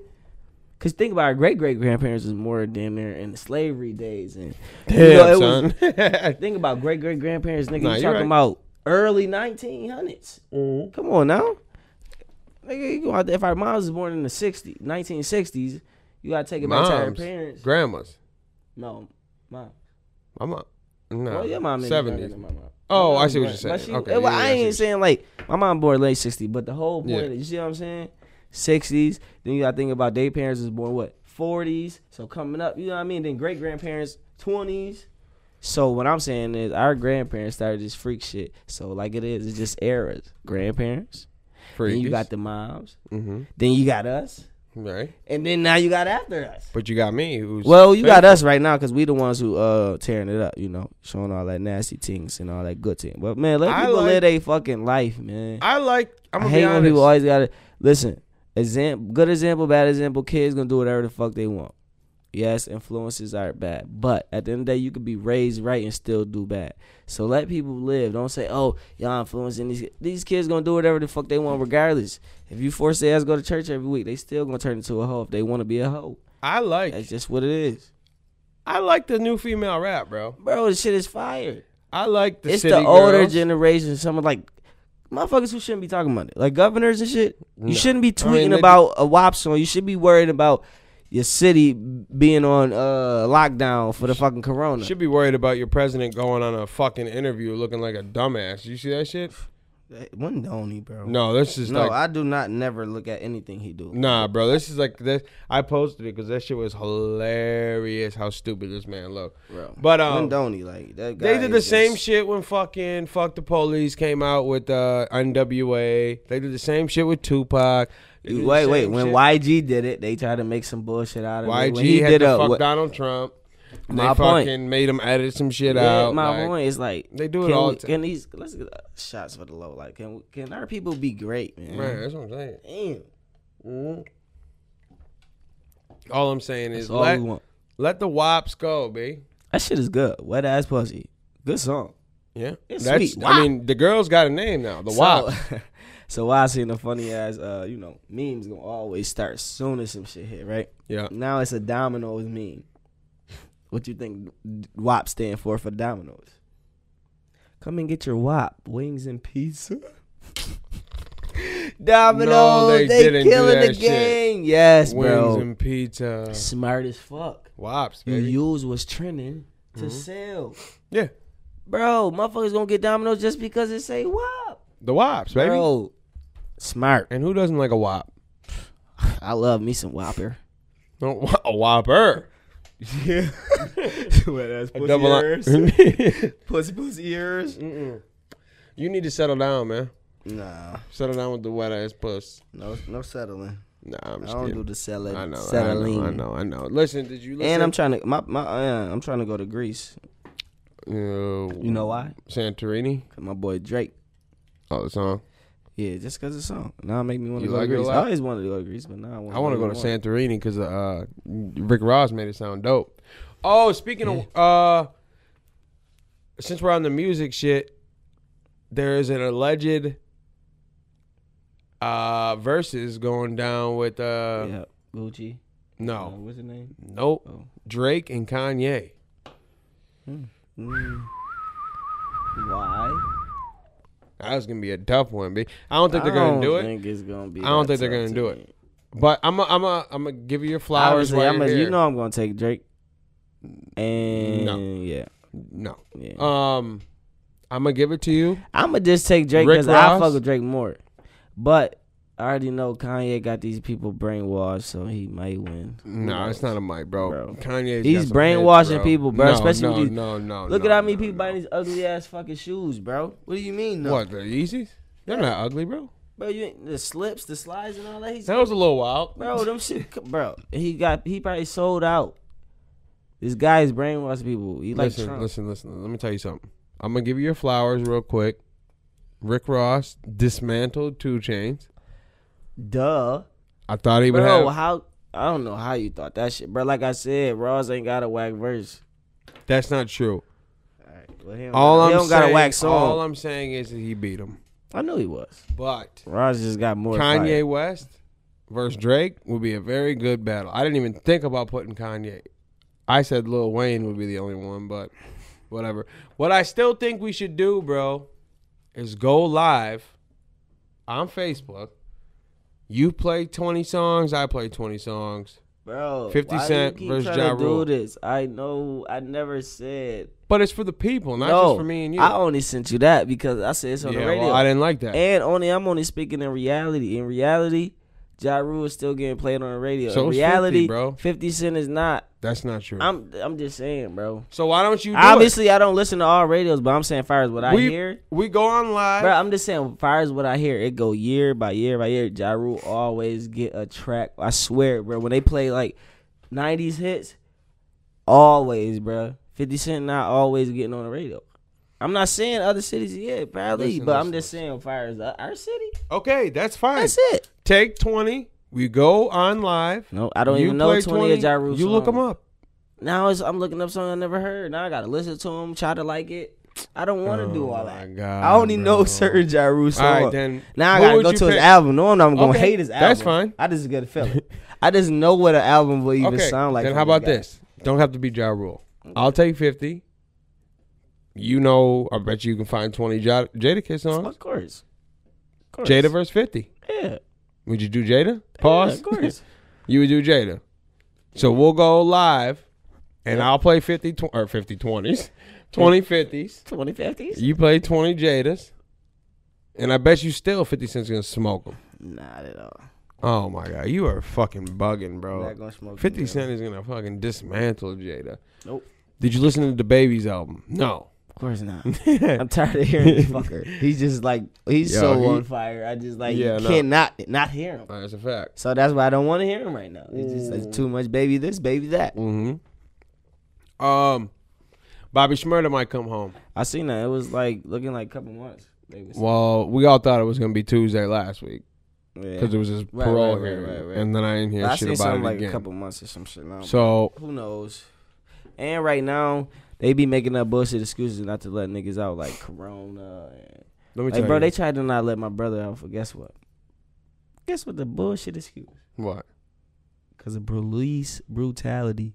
Speaker 3: Because think about our great great grandparents was more damn near in the slavery days and
Speaker 2: Damn,
Speaker 3: you know, it was-
Speaker 2: son.
Speaker 3: Think about great great grandparents, nigga.
Speaker 2: Nah,
Speaker 3: you
Speaker 2: you're
Speaker 3: talking
Speaker 2: right. Mm-hmm.
Speaker 3: about early 1900s. Come on now. Nigga, you go out there. If our moms was born in the 60s, 1960s, you gotta take it back to our
Speaker 2: Moms,
Speaker 3: parents.
Speaker 2: grandmas.
Speaker 3: no, mom.
Speaker 2: My mom. No.
Speaker 3: Well, your mom is younger
Speaker 2: Seventies.
Speaker 3: than my mom.
Speaker 2: Oh,
Speaker 3: My
Speaker 2: I see what
Speaker 3: mom
Speaker 2: you're
Speaker 3: was
Speaker 2: saying.
Speaker 3: born- but eh,
Speaker 2: Okay,
Speaker 3: Well,
Speaker 2: yeah,
Speaker 3: I
Speaker 2: I see
Speaker 3: ain't
Speaker 2: what
Speaker 3: saying like my mom born late 60, but the whole point,
Speaker 2: Yeah.
Speaker 3: is, you see what I'm saying? 60s. Then you gotta think about their parents was born what 40s. So coming up, you know what I mean. Then great grandparents 20s. So what I'm saying is our grandparents started this freak shit. So like it is, it's just eras. Grandparents. Then you
Speaker 2: Freakies.
Speaker 3: got the moms.
Speaker 2: Mhm.
Speaker 3: Then you got us.
Speaker 2: Right.
Speaker 3: And then now you got after us.
Speaker 2: But you got me. Who's
Speaker 3: Well, you got us right now because we the ones who uh tearing it up, you know, showing all that nasty things and all that good thing. But man, let
Speaker 2: I
Speaker 3: people
Speaker 2: like-
Speaker 3: live their fucking life, man. I,
Speaker 2: I like. I'm gonna
Speaker 3: hate
Speaker 2: be
Speaker 3: when people
Speaker 2: honest.
Speaker 3: always gotta listen. Example, good example, bad example. Kids gonna do whatever the fuck they want. Yes, influences are bad, but at the end of the day, you could be raised right and still do bad. So let people live. Don't say, "Oh, y'all influencing these these kids gonna do whatever the fuck they want, regardless." If you force their ass to go to church every week, they still gonna turn into a hoe if they want to be a hoe.
Speaker 2: I like.
Speaker 3: That's just what it is.
Speaker 2: I like the new female rap, bro.
Speaker 3: Bro, this shit is fire.
Speaker 2: I like the
Speaker 3: it's
Speaker 2: city
Speaker 3: the older
Speaker 2: girls.
Speaker 3: generation. Someone like motherfuckers who shouldn't be talking about it, like governors and shit.
Speaker 2: No.
Speaker 3: You shouldn't be
Speaker 2: I mean,
Speaker 3: tweeting
Speaker 2: they-
Speaker 3: about a WAP song. You should be worried about your city being on uh, lockdown for the fucking corona.
Speaker 2: Should be worried about your president going on a fucking interview looking like a dumbass. You see that shit?
Speaker 3: One only, bro.
Speaker 2: No, this is
Speaker 3: no,
Speaker 2: like
Speaker 3: I do not never look at anything he do.
Speaker 2: Nah, bro, this is like this. I posted it because that shit was hilarious. How stupid this man looked.
Speaker 3: bro.
Speaker 2: But um,
Speaker 3: Mondoni, like that guy
Speaker 2: they did the
Speaker 3: is
Speaker 2: same
Speaker 3: just-
Speaker 2: shit when fucking fuck the police came out with uh, NWA. They did the same shit with Tupac. They did
Speaker 3: Dude,
Speaker 2: the
Speaker 3: wait, wait.
Speaker 2: same
Speaker 3: When
Speaker 2: shit.
Speaker 3: YG did it, they tried to make some bullshit out of it.
Speaker 2: YG
Speaker 3: When he
Speaker 2: had
Speaker 3: did
Speaker 2: to
Speaker 3: a-
Speaker 2: fuck
Speaker 3: what-
Speaker 2: Donald Trump, they
Speaker 3: My
Speaker 2: fucking
Speaker 3: point.
Speaker 2: made him edit some shit
Speaker 3: Yeah,
Speaker 2: out.
Speaker 3: my
Speaker 2: like,
Speaker 3: point is like
Speaker 2: they do it
Speaker 3: can
Speaker 2: all
Speaker 3: we-
Speaker 2: the time.
Speaker 3: Can these let's get uh, shots for the low? Like can can our people be great, man?
Speaker 2: Man, that's what I'm saying. Mm-hmm.
Speaker 3: Damn,
Speaker 2: All I'm saying is
Speaker 3: that's all
Speaker 2: let,
Speaker 3: we want.
Speaker 2: let the wops go, b.
Speaker 3: That shit is good. Wet ass pussy, good song.
Speaker 2: Yeah,
Speaker 3: It's
Speaker 2: that's.
Speaker 3: sweet.
Speaker 2: I mean, the girl's got a name now. The wops.
Speaker 3: So, so why I seen the funny ass, uh, you know, memes gonna always start soon as some shit hit, right?
Speaker 2: Yeah.
Speaker 3: Now it's a dominoes meme. What you think d- WAP stand for for dominoes? Come and get your WAP wings and pizza. dominoes,
Speaker 2: No, they
Speaker 3: they,
Speaker 2: didn't do
Speaker 3: killing
Speaker 2: that
Speaker 3: the
Speaker 2: shit.
Speaker 3: game. Yes,
Speaker 2: Wings
Speaker 3: bro.
Speaker 2: and pizza.
Speaker 3: Smart as fuck.
Speaker 2: Wops,
Speaker 3: You
Speaker 2: baby.
Speaker 3: use what's trending to
Speaker 2: Mm-hmm.
Speaker 3: sell,
Speaker 2: yeah.
Speaker 3: bro. Motherfuckers gonna get dominoes just because it say WAP,
Speaker 2: The wops, baby.
Speaker 3: bro. Smart.
Speaker 2: And who doesn't like a wop?
Speaker 3: I love me some Whopper.
Speaker 2: No, a whopper.
Speaker 3: Yeah. Wet ass pussy
Speaker 2: Double
Speaker 3: ears.
Speaker 2: on.
Speaker 3: pussy pussy ears.
Speaker 2: you need to settle down, man.
Speaker 3: Nah,
Speaker 2: Settle down with the wet ass puss.
Speaker 3: no, no settling.
Speaker 2: Nah, I'm
Speaker 3: I
Speaker 2: just
Speaker 3: don't do
Speaker 2: kidding.
Speaker 3: the selling.
Speaker 2: I know,
Speaker 3: settling.
Speaker 2: I know, I know, I know. Listen, did you listen?
Speaker 3: And I'm trying to my my uh, I'm trying to go to Greece.
Speaker 2: Uh,
Speaker 3: You know why?
Speaker 2: Santorini.
Speaker 3: 'Cause my boy Drake.
Speaker 2: Oh, the song.
Speaker 3: Yeah, just cause the song. Now it make me want
Speaker 2: You
Speaker 3: to go
Speaker 2: like it
Speaker 3: to
Speaker 2: a
Speaker 3: Greece. I
Speaker 2: lot?
Speaker 3: always wanted to go to Greece, but now I want.
Speaker 2: I want to go to Santorini because uh, Rick Ross made it sound dope. Oh, speaking of, uh, since we're on the music shit, there is an alleged uh versus going down with uh
Speaker 3: Yeah, Gucci. Uh,
Speaker 2: no
Speaker 3: what's his name?
Speaker 2: nope
Speaker 3: Oh.
Speaker 2: Drake and Kanye.
Speaker 3: Why?
Speaker 2: That's gonna be a tough one, B. I don't think they're gonna do it,
Speaker 3: think it's gonna be.
Speaker 2: I don't
Speaker 3: that
Speaker 2: think they're
Speaker 3: tough
Speaker 2: gonna
Speaker 3: to
Speaker 2: do
Speaker 3: me.
Speaker 2: it. but I'm a, I'm a, I'm gonna give you your flowers.
Speaker 3: Obviously,
Speaker 2: While
Speaker 3: I'm
Speaker 2: you're
Speaker 3: a,
Speaker 2: here.
Speaker 3: you know I'm gonna take Drake. And yeah,
Speaker 2: no.
Speaker 3: yeah.
Speaker 2: Um, I'm gonna give it to you.
Speaker 3: I'm gonna just take Drake
Speaker 2: Rick
Speaker 3: because I
Speaker 2: Ross?
Speaker 3: fuck with Drake more. But I already know Kanye got these people brainwashed, so he might win. Who
Speaker 2: No,
Speaker 3: knows?
Speaker 2: it's not a mic, bro.
Speaker 3: Bro.
Speaker 2: Kanye,
Speaker 3: He's brainwashing people, bro,
Speaker 2: No,
Speaker 3: especially
Speaker 2: no,
Speaker 3: with these-
Speaker 2: no, no.
Speaker 3: Look
Speaker 2: no,
Speaker 3: at how many
Speaker 2: no,
Speaker 3: people
Speaker 2: no.
Speaker 3: buying these ugly ass fucking shoes, bro. What do you mean, though?
Speaker 2: What the Yeezys? They're not ugly, bro.
Speaker 3: Bro, you ain't, the slips, the slides, and all that. He's,
Speaker 2: That was a little wild,
Speaker 3: bro, them shit, bro. He got he probably sold out. This guy's brainwashing people. He like
Speaker 2: listen,
Speaker 3: Trump.
Speaker 2: listen, listen. Let me tell you something. I'm gonna give you your flowers real quick. Rick Ross dismantled two chains.
Speaker 3: Duh,
Speaker 2: I thought he would
Speaker 3: bro.
Speaker 2: have.
Speaker 3: How I don't know how you thought that shit, bro. Like I said, Ross ain't got a whack verse.
Speaker 2: That's not true.
Speaker 3: Well, he don't
Speaker 2: All
Speaker 3: got,
Speaker 2: I'm
Speaker 3: he don't
Speaker 2: saying,
Speaker 3: got a whack song.
Speaker 2: all I'm saying is that he beat him.
Speaker 3: I knew he was.
Speaker 2: But
Speaker 3: Roz just got more.
Speaker 2: Kanye
Speaker 3: Kanye.
Speaker 2: West versus Drake would be a very good battle. I didn't even think about putting Kanye. I said Lil Wayne would be the only one, but whatever. What I still think we should do, bro, is go live on Facebook. You play 20 songs, I play 20 songs.
Speaker 3: Bro,
Speaker 2: 50
Speaker 3: why do you
Speaker 2: Cent
Speaker 3: keep
Speaker 2: versus
Speaker 3: trying
Speaker 2: Ja
Speaker 3: to
Speaker 2: Rule.
Speaker 3: Do this. I know. I never said.
Speaker 2: But it's for the people, not
Speaker 3: no,
Speaker 2: just for me and you.
Speaker 3: I only sent you that because I said it's on
Speaker 2: yeah,
Speaker 3: the
Speaker 2: well,
Speaker 3: radio.
Speaker 2: I didn't like that.
Speaker 3: And only I'm only speaking in reality. In reality, Ja Rule is still getting played on the radio.
Speaker 2: So
Speaker 3: in
Speaker 2: it's 50,
Speaker 3: reality,
Speaker 2: bro.
Speaker 3: 50 Cent is not.
Speaker 2: That's not true.
Speaker 3: I'm I'm just saying, bro.
Speaker 2: so why don't you do it?
Speaker 3: Obviously, I don't listen to all radios, but I'm saying fire is what I
Speaker 2: we,
Speaker 3: hear.
Speaker 2: we go on live.
Speaker 3: Bro, I'm just saying fire is what I hear. It go year by year by year. Ja Rule always get a track. I swear, bro. When they play like 90s hits, always, bro. 50 Cent not always getting on the radio. I'm not saying other cities, yeah, probably,
Speaker 2: Listen,
Speaker 3: but
Speaker 2: listen,
Speaker 3: I'm just saying fire is our city.
Speaker 2: okay, that's fine.
Speaker 3: That's it.
Speaker 2: Take 20. We go on live.
Speaker 3: No, I don't
Speaker 2: You
Speaker 3: even know
Speaker 2: play
Speaker 3: 20, of Ja Rule
Speaker 2: You look
Speaker 3: songs.
Speaker 2: them up.
Speaker 3: Now it's, I'm looking up something I never heard. Now I gotta listen to them, try to like it. I don't want to do all
Speaker 2: Oh my
Speaker 3: that.
Speaker 2: God,
Speaker 3: I only
Speaker 2: bro.
Speaker 3: know certain Ja Rule
Speaker 2: All right,
Speaker 3: songs.
Speaker 2: then,
Speaker 3: now I
Speaker 2: who
Speaker 3: gotta
Speaker 2: would
Speaker 3: go
Speaker 2: you
Speaker 3: to his
Speaker 2: pick?
Speaker 3: album. Knowing I'm gonna
Speaker 2: Okay,
Speaker 3: hate his album.
Speaker 2: that's fine.
Speaker 3: I just gotta feel it. I just know what an album will even
Speaker 2: Okay,
Speaker 3: sound like.
Speaker 2: then
Speaker 3: from
Speaker 2: how about
Speaker 3: guy.
Speaker 2: this? Don't have to be Ja Rule. I'll take 50. You know, I bet you can find 20 ja- Jada Kiss songs.
Speaker 3: Of course. Of course.
Speaker 2: Jada verse 50.
Speaker 3: Yeah.
Speaker 2: Would you do Jada?
Speaker 3: Pause.
Speaker 2: Pause.
Speaker 3: of course.
Speaker 2: you would do Jada. So we'll go live and I'll play 50 tw- or 50 20s, 20 50s.
Speaker 3: 2050s?
Speaker 2: You play 20 Jadas. And I bet you still 50 Cent's going to smoke them.
Speaker 3: Not at all.
Speaker 2: Oh my God. You are fucking bugging, bro.
Speaker 3: Not gonna smoke
Speaker 2: 50
Speaker 3: them, bro.
Speaker 2: Cent is gonna fucking dismantle Jada.
Speaker 3: Nope.
Speaker 2: Did you listen to the Baby's album? No.
Speaker 3: Of course not. I'm tired of hearing this fucker. He's just like he's
Speaker 2: Yo,
Speaker 3: so
Speaker 2: he-
Speaker 3: on fire. I just like
Speaker 2: Yeah,
Speaker 3: you
Speaker 2: no.
Speaker 3: cannot not hear him.
Speaker 2: That's a fact.
Speaker 3: So that's why I don't want to hear him right now. It's just
Speaker 2: Mm.
Speaker 3: it's too much baby this, baby that.
Speaker 2: Mm-hmm. Um, Bobby Schmurda might come home.
Speaker 3: I seen that. It was like looking like a couple months. They was-
Speaker 2: Well, we all thought it was gonna be Tuesday last week
Speaker 3: yeah.
Speaker 2: because it was his
Speaker 3: Right,
Speaker 2: parole
Speaker 3: right, right,
Speaker 2: hearing,
Speaker 3: right, right.
Speaker 2: and then I didn't hear
Speaker 3: I
Speaker 2: shit
Speaker 3: seen
Speaker 2: about it
Speaker 3: something like
Speaker 2: again.
Speaker 3: a couple months or some shit. Now.
Speaker 2: so
Speaker 3: who knows? And right now they be making up bullshit excuses not to let niggas out like Corona. And,
Speaker 2: let me
Speaker 3: like
Speaker 2: tell
Speaker 3: bro,
Speaker 2: you
Speaker 3: they tried to not let my brother out for guess what? Guess what the bullshit excuse?
Speaker 2: what.
Speaker 3: because of police brutality,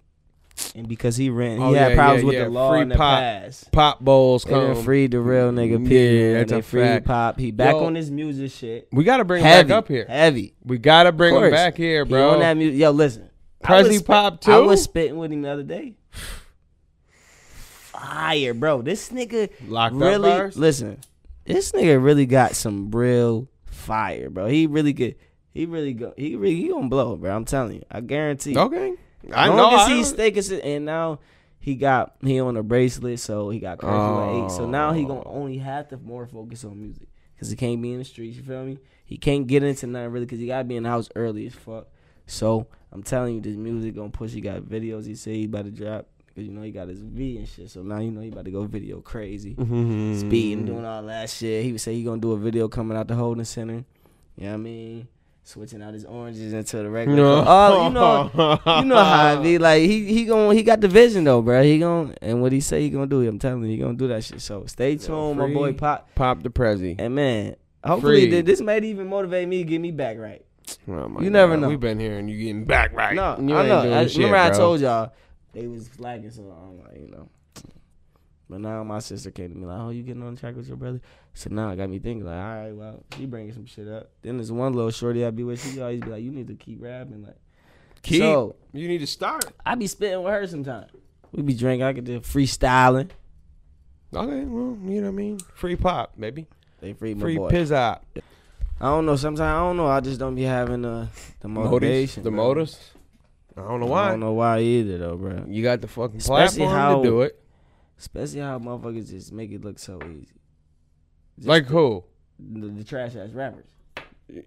Speaker 3: and because he ran,
Speaker 2: Oh,
Speaker 3: he had
Speaker 2: yeah,
Speaker 3: problems
Speaker 2: yeah,
Speaker 3: with
Speaker 2: yeah.
Speaker 3: the law
Speaker 2: Free
Speaker 3: in the
Speaker 2: pop.
Speaker 3: past.
Speaker 2: Pop bowls
Speaker 3: They done
Speaker 2: come.
Speaker 3: freed the real
Speaker 2: Yeah,
Speaker 3: nigga. Yeah,
Speaker 2: that's
Speaker 3: they
Speaker 2: a
Speaker 3: freed
Speaker 2: fact.
Speaker 3: pop. He back
Speaker 2: Yo,
Speaker 3: on his music shit.
Speaker 2: We gotta bring him
Speaker 3: heavy,
Speaker 2: back up here.
Speaker 3: Heavy,
Speaker 2: We gotta bring him
Speaker 3: course.
Speaker 2: back here,
Speaker 3: He
Speaker 2: bro.
Speaker 3: on that music. Yo, listen, I
Speaker 2: Prezi
Speaker 3: was spit-
Speaker 2: Pop
Speaker 3: I
Speaker 2: too?
Speaker 3: was spitting with him the other day. Fire, bro. This nigga
Speaker 2: Locked up
Speaker 3: really
Speaker 2: bars?
Speaker 3: listen. This nigga really got some real fire, bro. He really good. He really go. He really he gonna blow, bro. I'm telling you. I guarantee.
Speaker 2: okay. I know.
Speaker 3: long as
Speaker 2: I
Speaker 3: he
Speaker 2: don't-
Speaker 3: stay consistent, and now he got he on a bracelet, so he got curfew at eight. So now
Speaker 2: Oh.
Speaker 3: he gonna only have to more focus on music because he can't be in the streets. You feel me? He can't get into nothing really because he gotta be in the house early as fuck. So I'm telling you, this music gonna push. He got videos. He say he about to drop. Cause you know he got his V and shit, so now you know he about to go video crazy,
Speaker 2: Mm-hmm.
Speaker 3: speeding, doing all that shit. He would say he gonna do a video coming out the holding center. You know what I mean? Switching out his oranges into the regular.
Speaker 2: No.
Speaker 3: Oh, you know, you know how it be. Like he he gon' he got the vision though, bro. He gon' and what he say he gonna do. I'm telling you, he gonna do that shit. So stay tuned, my boy
Speaker 2: free.
Speaker 3: Pop.
Speaker 2: Pop the Prezi.
Speaker 3: And man, hopefully
Speaker 2: Free.
Speaker 3: th- this might even motivate me to get me back right.
Speaker 2: Oh my
Speaker 3: You never know.
Speaker 2: We've been here and you getting back right.
Speaker 3: No,
Speaker 2: You
Speaker 3: I
Speaker 2: ain't
Speaker 3: know.
Speaker 2: doing
Speaker 3: I,
Speaker 2: shit,
Speaker 3: remember I
Speaker 2: bro.
Speaker 3: told y'all they was flagging, so I'm like, you know. But now my sister came to me like, "Oh, you getting on track with your brother?" So now it got me thinking like, "All right, well, she bringing some shit up." Then there's one little shorty I be with. She always be like, "You need to keep rapping." Like,
Speaker 2: Keep.
Speaker 3: So-
Speaker 2: you need to start.
Speaker 3: I be spitting with her sometimes. We be drinking. I could do freestyling.
Speaker 2: Okay, well, you know what I mean. Free pop, baby.
Speaker 3: They free my
Speaker 2: Free
Speaker 3: boy.
Speaker 2: piz up.
Speaker 3: I don't know. Sometimes I don't know. I just don't be having uh, the
Speaker 2: Motives.
Speaker 3: motivation.
Speaker 2: The
Speaker 3: bro.
Speaker 2: motors. I don't know
Speaker 3: I
Speaker 2: why.
Speaker 3: don't know why either though, bro.
Speaker 2: You got the fucking
Speaker 3: Especially
Speaker 2: platform
Speaker 3: how-
Speaker 2: to do it.
Speaker 3: Especially how motherfuckers just make it look so easy. Just
Speaker 2: Like who?
Speaker 3: the, the trash ass rappers.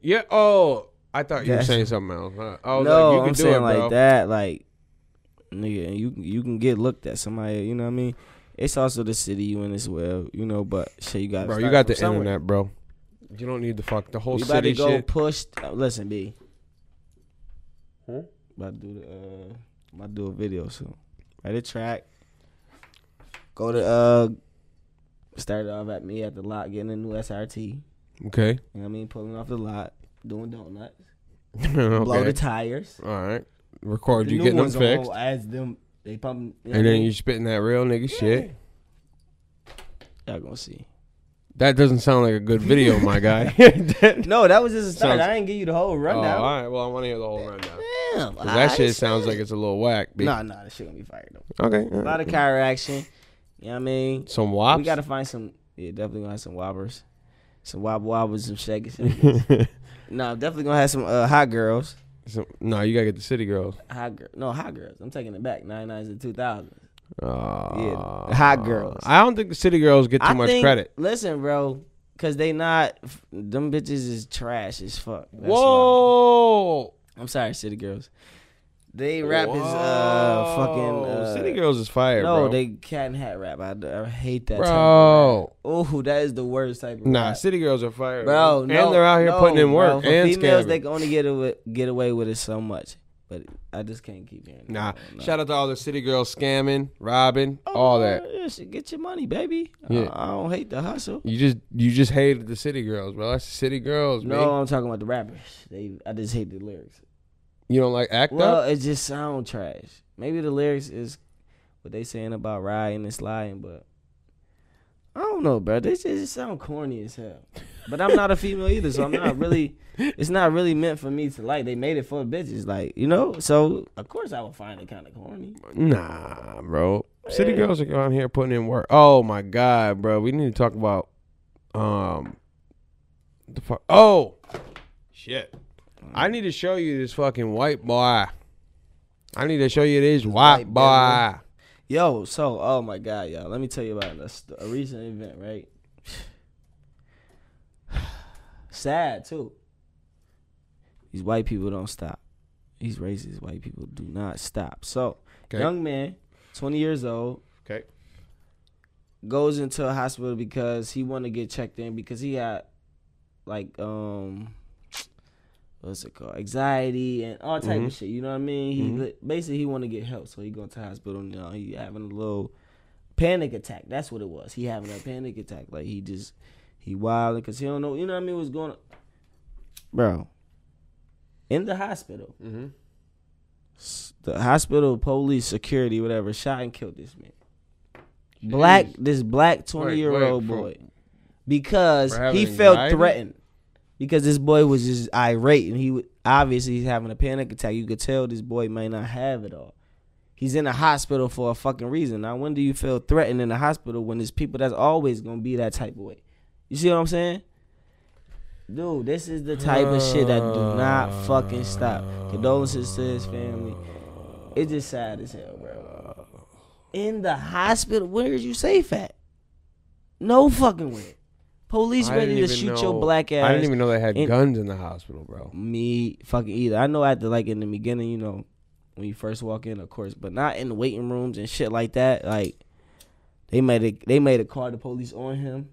Speaker 2: Yeah. Oh, I thought you were
Speaker 3: That's-
Speaker 2: saying something else. huh? I was
Speaker 3: no,
Speaker 2: like, you can
Speaker 3: I'm
Speaker 2: do
Speaker 3: saying
Speaker 2: it, bro.
Speaker 3: like that, like nigga, and you you can get looked at somebody. You know what I mean? It's also the city you in as well, you know. But shit, you got
Speaker 2: Bro, you got the internet, bro. You don't need the fuck the whole
Speaker 3: We about
Speaker 2: city
Speaker 3: to go
Speaker 2: shit.
Speaker 3: push. uh, listen, B. About to do the uh, I'm about to do a video soon. Write a track. Go to uh, started off at me at the lot getting a new SRT. You
Speaker 2: Okay.
Speaker 3: know what I mean? Pulling off the lot, doing donuts, blow the
Speaker 2: okay.
Speaker 3: tires.
Speaker 2: All right. Record
Speaker 3: The
Speaker 2: you
Speaker 3: new
Speaker 2: getting them
Speaker 3: ones on hold
Speaker 2: fixed,
Speaker 3: As them, they pumping. you
Speaker 2: and
Speaker 3: know what I
Speaker 2: then
Speaker 3: mean?
Speaker 2: you spitting that real nigga shit.
Speaker 3: y'all gonna see.
Speaker 2: That doesn't sound like a good video, my guy. That-
Speaker 3: No, that was just a start.
Speaker 2: Sounds-
Speaker 3: I didn't give you the whole
Speaker 2: oh, all
Speaker 3: rundown.
Speaker 2: right. Well, I want to hear the whole rundown. 'Cause
Speaker 3: Damn,
Speaker 2: that shit sounds like it's a little whack. B.
Speaker 3: Nah, nah, that shit gonna be fire though.
Speaker 2: Okay. all
Speaker 3: A lot
Speaker 2: right.
Speaker 3: of Kyra action. You know what I mean?
Speaker 2: Some wops.
Speaker 3: We gotta find some. Yeah, definitely gonna have some wobbers, some wob wobbers, some shaggy. shaggies. no, definitely gonna have some uh, hot girls.
Speaker 2: Some- no, you gotta get the city girls.
Speaker 3: Hot girl, no hot girls. I'm taking it back. Nine nines and two thousand.
Speaker 2: Uh,
Speaker 3: hot girls.
Speaker 2: I don't think the city girls get too
Speaker 3: I
Speaker 2: much
Speaker 3: think-
Speaker 2: credit.
Speaker 3: Listen, bro, cause they not f- them bitches is trash as fuck. That's
Speaker 2: Whoa.
Speaker 3: why. I'm sorry, city girls. They rap is uh fucking
Speaker 2: Whoa.
Speaker 3: uh,
Speaker 2: city girls is fire,
Speaker 3: No,
Speaker 2: bro.
Speaker 3: they cat and hat rap. I, I hate that.
Speaker 2: bro.
Speaker 3: Oh, that is the worst type. of
Speaker 2: Nah,
Speaker 3: rap.
Speaker 2: city girls are fire,
Speaker 3: bro.
Speaker 2: And
Speaker 3: no,
Speaker 2: they're out here
Speaker 3: no,
Speaker 2: putting in
Speaker 3: bro.
Speaker 2: work
Speaker 3: For
Speaker 2: and
Speaker 3: females,
Speaker 2: scamming.
Speaker 3: they can only get away, get away with it so much. But I just can't keep hearing.
Speaker 2: Nah,
Speaker 3: that. No. Oh,
Speaker 2: shout out to all the city girls scamming, robbing, all that.
Speaker 3: Yeah, shit, get your money, baby.
Speaker 2: Yeah.
Speaker 3: I, I don't hate the hustle.
Speaker 2: You just you just hated the city girls, bro. That's the city girls,
Speaker 3: No,
Speaker 2: man.
Speaker 3: I'm talking about the rappers. They, I just hate the lyrics.
Speaker 2: You don't like act
Speaker 3: Well,
Speaker 2: up?
Speaker 3: it just sound trash. Maybe the lyrics is what they saying about riding and sliding, but I don't know, bro. They just sound corny as hell. But I'm not a female either, so I'm not really. It's not really meant for me to like. They made it for bitches, like you know. So of course I would find it kind of corny.
Speaker 2: Nah, bro. City girls are out here putting in work. Oh my god, bro. We need to talk about um the fuck. Oh shit. I need to show you this fucking white boy. I need to show you this white
Speaker 3: white
Speaker 2: boy.
Speaker 3: Yo, so oh my god, y'all. Let me tell you about a, st- a recent event, right? Sad too. These white people don't stop. These racist white people do not stop. So,
Speaker 2: Okay.
Speaker 3: young man, twenty years old,
Speaker 2: Okay.
Speaker 3: goes into a hospital because he want to get checked in because he had like um what's it called anxiety and all type
Speaker 2: Mm-hmm.
Speaker 3: of shit you know what i mean he li- basically he want to get help so he going to hospital and you know, he having a little panic attack that's what it was he having a panic attack like he just he wilding because he don't know you know what i mean what's going on bro in the hospital
Speaker 2: Mm-hmm.
Speaker 3: s- the hospital police security whatever shot and killed this man black this black 20 year old
Speaker 2: wait, for-
Speaker 3: boy because
Speaker 2: for having
Speaker 3: he felt
Speaker 2: anxiety?
Speaker 3: threatened because this boy was just irate and he would, obviously he's having a panic attack you could tell this boy may not have it all he's in the hospital for a fucking reason now when do you feel threatened in the hospital when there's people that's always gonna be that type of way you see what i'm saying Dude, this is the type of shit that do not fucking stop. Condolences to his family. It's just sad as hell, bro. In the hospital, where is you safe at? No fucking way. Police ready to shoot your black ass.
Speaker 2: I didn't even know they had
Speaker 3: in-
Speaker 2: guns in the hospital, bro.
Speaker 3: me fucking either. I know at the like in the beginning, you know, when you first walk in, of course, but not in the waiting rooms and shit like that. Like they made a they made a call the police on him.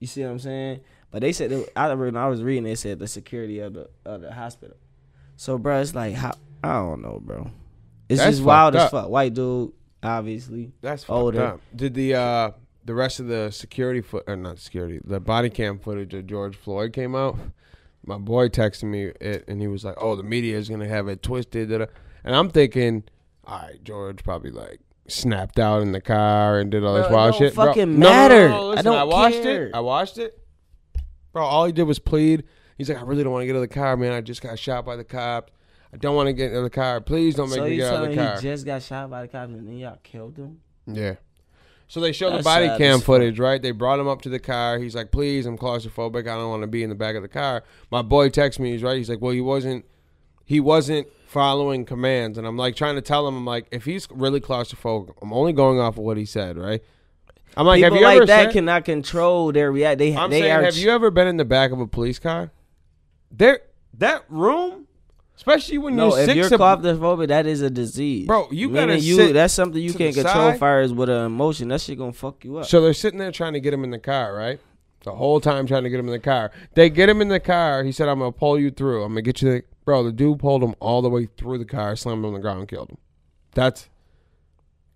Speaker 3: You see what I'm saying? But they said they, I when I was reading, they said the security of the of the hospital. So, bro, it's like how I don't know, bro. It's
Speaker 2: That's
Speaker 3: just wild
Speaker 2: fucked
Speaker 3: as
Speaker 2: up.
Speaker 3: fuck. White dude, obviously.
Speaker 2: That's fucked
Speaker 3: Older.
Speaker 2: up. Did the uh the rest of the security foot or not security, the body cam footage of George Floyd came out? My boy texted me it and he was like, Oh, the media is gonna have it twisted. Da-da. And I'm thinking, All right, George probably like snapped out in the car and did all this
Speaker 3: Bro, it
Speaker 2: wild
Speaker 3: don't
Speaker 2: shit. Bro, no, no,
Speaker 3: fucking
Speaker 2: no,
Speaker 3: matter.
Speaker 2: no,
Speaker 3: I
Speaker 2: listen,
Speaker 3: don't
Speaker 2: watched
Speaker 3: care.
Speaker 2: it. I watched it. Bro, all he did was plead. He's like, I really don't want to get out of the car, man. I just got shot by the cops. I don't want to get out of the car. Please don't make
Speaker 3: So
Speaker 2: me
Speaker 3: you
Speaker 2: get out
Speaker 3: telling
Speaker 2: of
Speaker 3: me
Speaker 2: the car.
Speaker 3: he just got shot by the cops and then y'all killed him?
Speaker 2: Yeah. So they show the
Speaker 3: That's
Speaker 2: body
Speaker 3: sad
Speaker 2: cam
Speaker 3: as fuck.
Speaker 2: footage, right? They brought him up to the car. He's like, "Please, I'm claustrophobic. I don't want to be in the back of the car." My boy texts me. He's right. He's like, "Well, he wasn't. He wasn't following commands." And I'm like, trying to tell him, I'm like, if he's really claustrophobic, I'm only going off of what he said, right? I'm like,
Speaker 3: People
Speaker 2: have you
Speaker 3: like
Speaker 2: ever
Speaker 3: that
Speaker 2: said-
Speaker 3: cannot control their react. They
Speaker 2: I'm
Speaker 3: they
Speaker 2: saying,
Speaker 3: are
Speaker 2: have you ever been in the back of a police car? There, that room, especially when
Speaker 3: No,
Speaker 2: you're
Speaker 3: if
Speaker 2: six
Speaker 3: you're
Speaker 2: of-
Speaker 3: claustrophobic, that is a disease,
Speaker 2: Bro, you
Speaker 3: Meaning
Speaker 2: gotta
Speaker 3: you.
Speaker 2: sit
Speaker 3: that's something you
Speaker 2: to
Speaker 3: can't
Speaker 2: the
Speaker 3: control.
Speaker 2: side.
Speaker 3: Fires with an emotion, that shit gonna fuck you up.
Speaker 2: So they're sitting there trying to get him in the car, right? The whole time trying to get him in the car. They get him in the car. He said, "I'm gonna pull you through. I'm gonna get you." The-. Bro, the dude pulled him all the way through the car, slammed him on the ground, and killed him. That's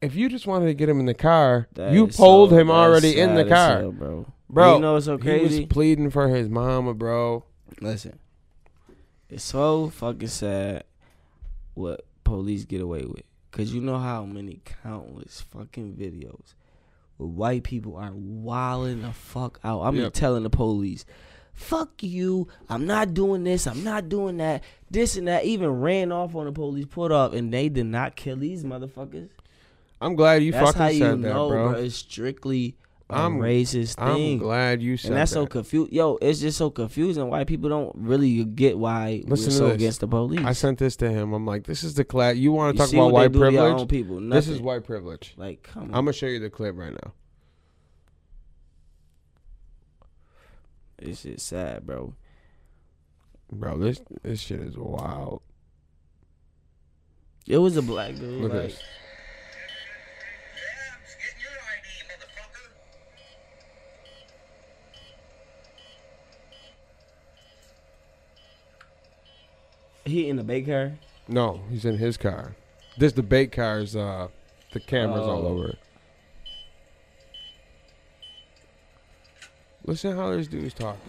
Speaker 2: if you just wanted to get him in the car,
Speaker 3: That
Speaker 2: you
Speaker 3: is
Speaker 2: pulled
Speaker 3: so-
Speaker 2: him
Speaker 3: that is
Speaker 2: already in the
Speaker 3: sad as
Speaker 2: car.
Speaker 3: hell, bro.
Speaker 2: Bro,
Speaker 3: you know what's so
Speaker 2: He
Speaker 3: crazy?
Speaker 2: was pleading for his mama, bro.
Speaker 3: Listen, it's so fucking sad what police get away with, cause you know how many countless fucking videos where white people are wilding the fuck out. I'm
Speaker 2: Yep.
Speaker 3: telling the police, fuck you. I'm not doing this. I'm not doing that. This and that. Even ran off on the police, pulled off, and they did not kill these motherfuckers.
Speaker 2: I'm glad you
Speaker 3: That's
Speaker 2: fucking
Speaker 3: how
Speaker 2: said
Speaker 3: you
Speaker 2: that,
Speaker 3: know,
Speaker 2: bro.
Speaker 3: It's strictly a
Speaker 2: I'm-
Speaker 3: racist
Speaker 2: I'm
Speaker 3: thing.
Speaker 2: glad you said
Speaker 3: And that's
Speaker 2: that.
Speaker 3: so confused. Yo, it's just so confusing why people don't really get why
Speaker 2: Listen
Speaker 3: we're
Speaker 2: to
Speaker 3: so
Speaker 2: this.
Speaker 3: against the police.
Speaker 2: I sent this to him. I'm like, this is the class. You want
Speaker 3: You
Speaker 2: to talk
Speaker 3: see
Speaker 2: about
Speaker 3: what they
Speaker 2: white
Speaker 3: do to your
Speaker 2: privilege?
Speaker 3: own people.
Speaker 2: This is
Speaker 3: Nothing.
Speaker 2: white privilege.
Speaker 3: like, come
Speaker 2: I'm
Speaker 3: on,
Speaker 2: gonna show you the clip right now.
Speaker 3: this shit sad, bro.
Speaker 2: Bro, this this shit is wild.
Speaker 3: It was a black dude.
Speaker 2: Look at
Speaker 3: like,
Speaker 2: this.
Speaker 3: he in the big car.
Speaker 2: No, he's in his car. This debate car's uh the cameras all
Speaker 3: Oh.
Speaker 2: over it. Listen how this dude's talking.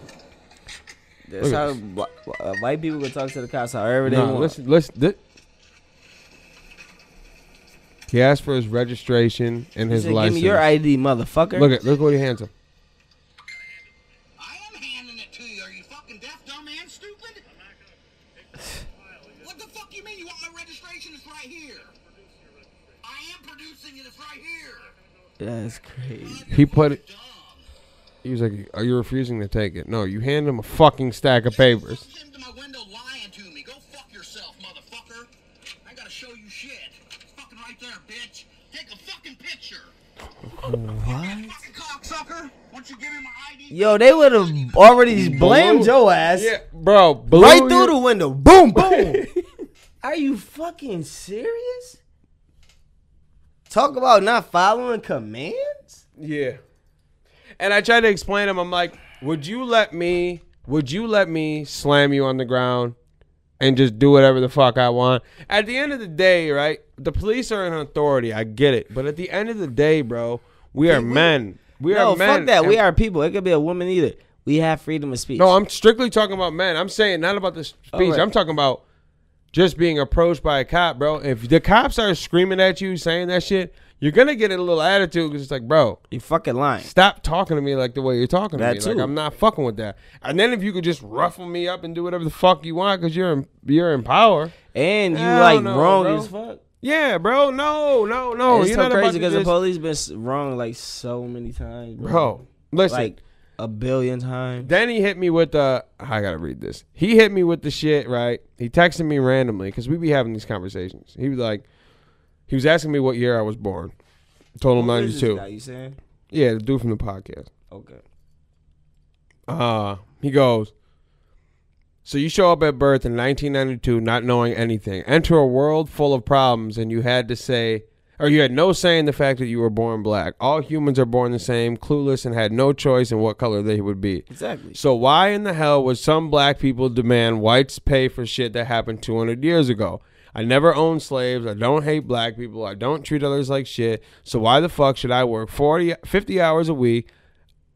Speaker 3: That's
Speaker 2: Look at
Speaker 3: how
Speaker 2: this.
Speaker 3: bla- uh, white people can talk to the cops however they
Speaker 2: Nah,
Speaker 3: want.
Speaker 2: listen, listen. This. He asked for his registration and
Speaker 3: He
Speaker 2: his
Speaker 3: said, Give
Speaker 2: license.
Speaker 3: me your ID, motherfucker.
Speaker 2: Look at look what he hands him.
Speaker 10: I am handing it to you. Are you fucking deaf, dumb, and stupid? What the fuck you mean? You want my registration? It's right here. I am producing it. It's right here.
Speaker 3: That's crazy.
Speaker 2: He put it.
Speaker 10: Dumb.
Speaker 2: He was like, "Are you refusing to take it?" No, you hand him a fucking stack of papers.
Speaker 10: Fucking came to my window lying to me. Go fuck yourself, motherfucker. I gotta show you shit. It's fucking right there, bitch. Take a fucking picture. What? Fucking cocksucker. Once you give me my ID,
Speaker 3: Yo, they would have already blamed
Speaker 2: Blew-
Speaker 3: your ass
Speaker 2: Yeah, bro. Blew
Speaker 3: right through
Speaker 2: your-
Speaker 3: the window. Boom, boom. Are you fucking serious? Talk about not following commands.
Speaker 2: Yeah. And I tried to explain to him. I'm like, would you let me? Would you let me slam you on the ground and just do whatever the fuck I want? At the end of the day, right? The police are an authority. I get it. But at the end of the day, bro, we are men. We
Speaker 3: no,
Speaker 2: are men.
Speaker 3: fuck that. We
Speaker 2: and-
Speaker 3: are people. It could be a woman either. We have freedom of speech.
Speaker 2: No, I'm strictly talking about men. I'm saying not about the speech.
Speaker 3: Oh, right.
Speaker 2: I'm talking about just being approached by a cop, bro. If the cops are screaming at you, saying that shit, you're gonna get a little attitude because it's like, bro,
Speaker 3: you fucking lying.
Speaker 2: stop talking to me like the way you're talking to
Speaker 3: That
Speaker 2: me.
Speaker 3: too.
Speaker 2: Like I'm not fucking with that. And then if you could just ruffle me up and do whatever the fuck you want because you're in, you're in power.
Speaker 3: And you
Speaker 2: Hell
Speaker 3: like
Speaker 2: no,
Speaker 3: wrong
Speaker 2: bro.
Speaker 3: as fuck.
Speaker 2: Yeah, bro. No, no, no.
Speaker 3: it's
Speaker 2: you're
Speaker 3: so
Speaker 2: not about to
Speaker 3: crazy because the
Speaker 2: just-
Speaker 3: police been s- wrong like so many times, bro.
Speaker 2: Bro, listen.
Speaker 3: Like a billion times.
Speaker 2: then he hit me with the. I gotta read this. He hit me with the shit. Right. He texted me randomly because we be having these conversations. He was like, he was asking me what year I was born. Told him
Speaker 3: Who is this guy,
Speaker 2: 92.
Speaker 3: You saying?
Speaker 2: Yeah, the dude from the podcast.
Speaker 3: Okay.
Speaker 2: Uh, he goes, So you show up at birth in 1992 not knowing anything. Enter a world full of problems, and you had to say, or you had no say in the fact that you were born black. All humans are born the same, clueless, and had no choice in what color they would be.
Speaker 3: Exactly.
Speaker 2: So why in the hell would some black people demand whites pay for shit that happened 200 years ago? I never owned slaves. I don't hate black people. I don't treat others like shit. So why the fuck should I work 40, 50 hours a week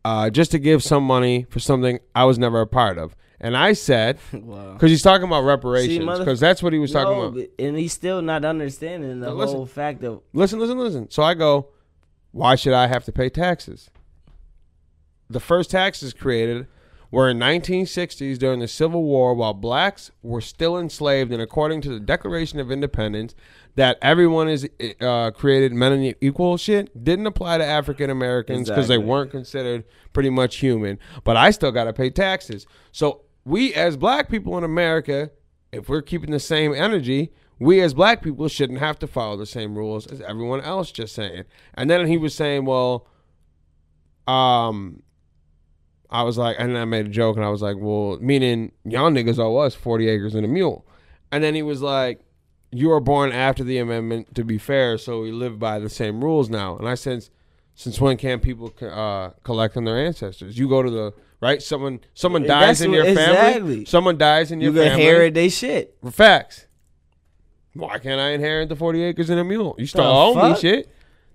Speaker 2: uh, just to give some money for something I was never a part of? And I said,
Speaker 3: Wow.
Speaker 2: because he's talking about reparations,
Speaker 3: mother-
Speaker 2: because that's what he was talking
Speaker 3: No,
Speaker 2: about.
Speaker 3: but- and he's still not understanding the
Speaker 2: Now listen.
Speaker 3: whole fact of
Speaker 2: Listen, listen, listen. So I go, why should I have to pay taxes? The first taxes created were in 1960s during the Civil War while blacks were still enslaved and according to the Declaration of Independence that everyone is uh, created men and equal shit didn't apply to African Americans because
Speaker 3: Exactly.
Speaker 2: they weren't considered pretty much human but I still got to pay taxes so we as black people in America if we're keeping the same energy, we as black people shouldn't have to follow the same rules as everyone else. Just saying. And then he was saying, well, um, I was like, and I made a joke, and I was like, well, meaning y'all niggas owe us forty acres and a mule. And then he was like, you were born after the amendment. To be fair, so we live by the same rules now. And I said, Since when can people co- uh, collect on their ancestors? You go to the right. Someone someone dies
Speaker 3: That's
Speaker 2: in
Speaker 3: what-
Speaker 2: your family.
Speaker 3: exactly.
Speaker 2: Someone dies in your
Speaker 3: You gonna
Speaker 2: family.
Speaker 3: inherit they shit.
Speaker 2: Facts. Why can't I inherit the forty acres and a mule? You still
Speaker 3: The
Speaker 2: own me
Speaker 3: fuck?
Speaker 2: shit.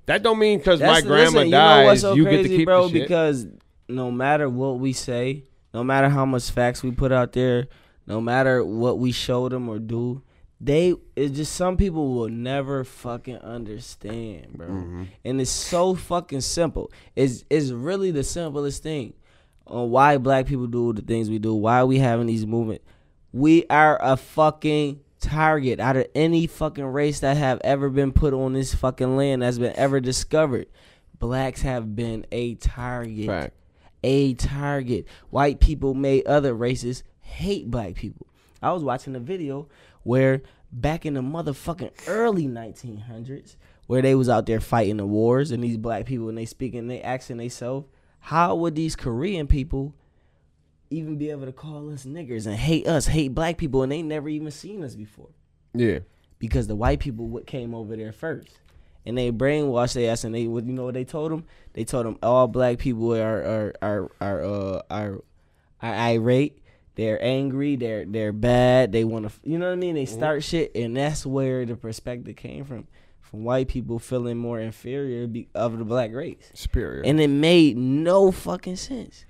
Speaker 2: That don't mean because my
Speaker 3: That's-
Speaker 2: grandma
Speaker 3: listen, you know
Speaker 2: dies,
Speaker 3: what's
Speaker 2: you,
Speaker 3: so
Speaker 2: get to
Speaker 3: crazy,
Speaker 2: keep
Speaker 3: bro,
Speaker 2: the shit.
Speaker 3: Because no matter what we say, no matter how much facts we put out there, no matter what we show them or do, they it's just some people will never fucking understand, bro. And it's so fucking simple. It's it's really the simplest thing on why black people do the things we do, why we having these movement. We are a fucking target out of any fucking race that have ever been put on this fucking land that's been ever discovered. Blacks have been a target.
Speaker 2: Fact.
Speaker 3: A target. White people made other races hate black people. I was watching a video where back in the motherfucking early 1900s, where they was out there fighting the wars and these black people and they speaking, they asking themselves, how would these Korean people even be able to call us niggers and hate us, hate black people, and they never even seen us before
Speaker 2: yeah,
Speaker 3: because the white people what came over there first, and they brainwashed their ass, and they what you know what they told them? They told them all black people are are are are uh, are, are irate. They're angry. They're they're bad. They want to, you know what I mean. They
Speaker 2: Mm-hmm.
Speaker 3: start shit, and that's where the perspective came from, from white people feeling more inferior be, of the black race.
Speaker 2: superior.
Speaker 3: And it made no fucking sense.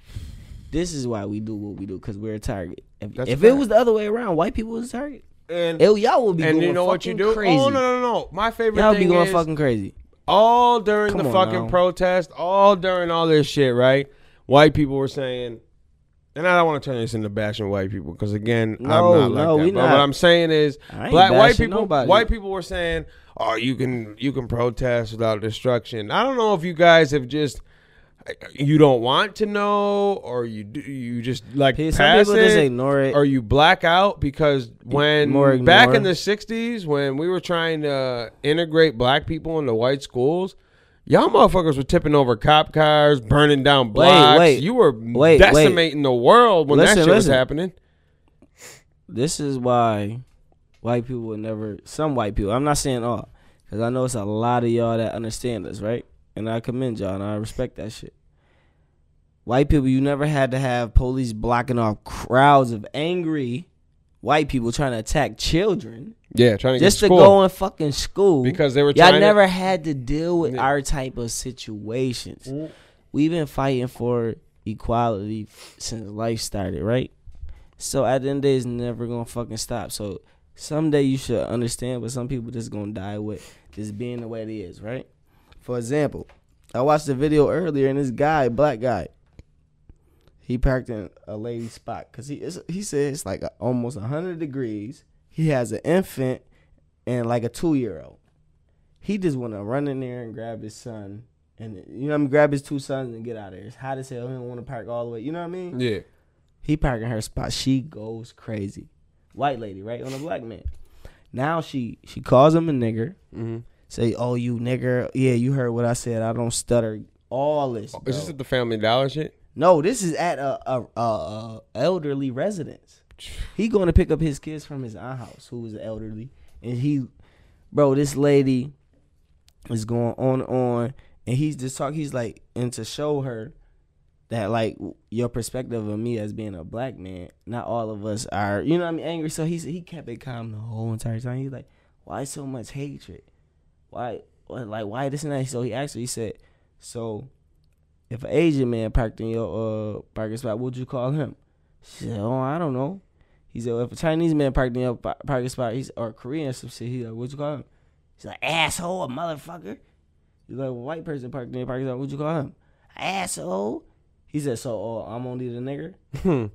Speaker 3: This is why we do what we do because we're a target. If,
Speaker 2: That's
Speaker 3: if
Speaker 2: fact.
Speaker 3: it was the other way around, white people was a target.
Speaker 2: And-
Speaker 3: Ew, y'all would be
Speaker 2: and
Speaker 3: going
Speaker 2: you know what you
Speaker 3: fucking
Speaker 2: do?
Speaker 3: Crazy.
Speaker 2: Oh no no no! My favorite
Speaker 3: y'all
Speaker 2: thing
Speaker 3: be going
Speaker 2: is
Speaker 3: fucking crazy.
Speaker 2: all during
Speaker 3: Come
Speaker 2: the
Speaker 3: on
Speaker 2: fucking
Speaker 3: now.
Speaker 2: protest, all during all this shit, right? White people were saying, and I don't want to turn this into bashing white people because again,
Speaker 3: No,
Speaker 2: I'm not like
Speaker 3: no,
Speaker 2: that.
Speaker 3: we
Speaker 2: but
Speaker 3: not.
Speaker 2: what I'm saying is,
Speaker 3: I ain't
Speaker 2: black white
Speaker 3: bashing
Speaker 2: people,
Speaker 3: nobody.
Speaker 2: white people were saying, "Oh, you can you can protest without destruction." I don't know if you guys have just. You don't want to know, or you do, you just like
Speaker 3: Pe-
Speaker 2: pass
Speaker 3: some people
Speaker 2: it,
Speaker 3: just ignore it.
Speaker 2: or you black out because when
Speaker 3: More
Speaker 2: back
Speaker 3: ignore.
Speaker 2: in the 60s when we were trying to integrate black people into white schools y'all motherfuckers were tipping over cop cars burning down blocks
Speaker 3: wait.
Speaker 2: you were
Speaker 3: Wait, wait.
Speaker 2: decimating the world when that
Speaker 3: Listen,
Speaker 2: shit was
Speaker 3: listen.
Speaker 2: happening
Speaker 3: This is why white people would never. Some white people. I'm not saying all, because I know it's a lot of y'all that understand us, right? And I commend y'all, and I respect that shit. White people, you never had to have police blocking off crowds of angry white people trying to attack children
Speaker 2: yeah trying to
Speaker 3: just
Speaker 2: get
Speaker 3: to
Speaker 2: school.
Speaker 3: go in fucking school
Speaker 2: Because they were
Speaker 3: y'all
Speaker 2: trying to-
Speaker 3: never had to deal with our type of situations.
Speaker 2: Mm-hmm.
Speaker 3: We've been fighting for equality f- since life started, right? So at the end of the day, it's never gonna fucking stop. So someday you should understand, but some people just gonna die with just being the way it is, right? For example, I watched a video earlier, and this guy, black guy, he parked in a lady's spot because he is, he said it's like a, almost hundred degrees. He has an infant and like a two year old. He just want to run in there and grab his son and you know what I mean, grab his two sons and get out of there. It's hot as hell. He don't want to park all the way. You know what I mean?
Speaker 2: yeah
Speaker 3: He parking her spot. She goes crazy. White lady, right on a black man. Now she she calls him a nigger. Say, oh you nigger. Yeah, you heard what I said. I don't stutter. All
Speaker 2: is
Speaker 3: this. bro.
Speaker 2: this at the family dollar shit
Speaker 3: No, this is at a, a, a, a elderly residence. He going to pick up his kids from his aunt house, who is elderly, and he, bro, this lady is going on and on, and he's just talk. He's like, and to show her that like your perspective of me as being a black man, not all of us are, you know, what I mean, angry. So he's he kept it calm the whole entire time. He's like, why so much hatred? Why, why- like, why this and that? So he actually said, so if an Asian man parked in your uh parking spot, what'd you call him? She said, Oh, I don't know. He said, well, if a Chinese man parked in your pa- parking spot, he's or Korean or some shit, he's like, what'd you call him? He's like, asshole, a motherfucker. He's like, a white person parked in your parking spot, what'd you call him? Asshole. He said, so oh, I'm only the nigger.
Speaker 2: Hmm.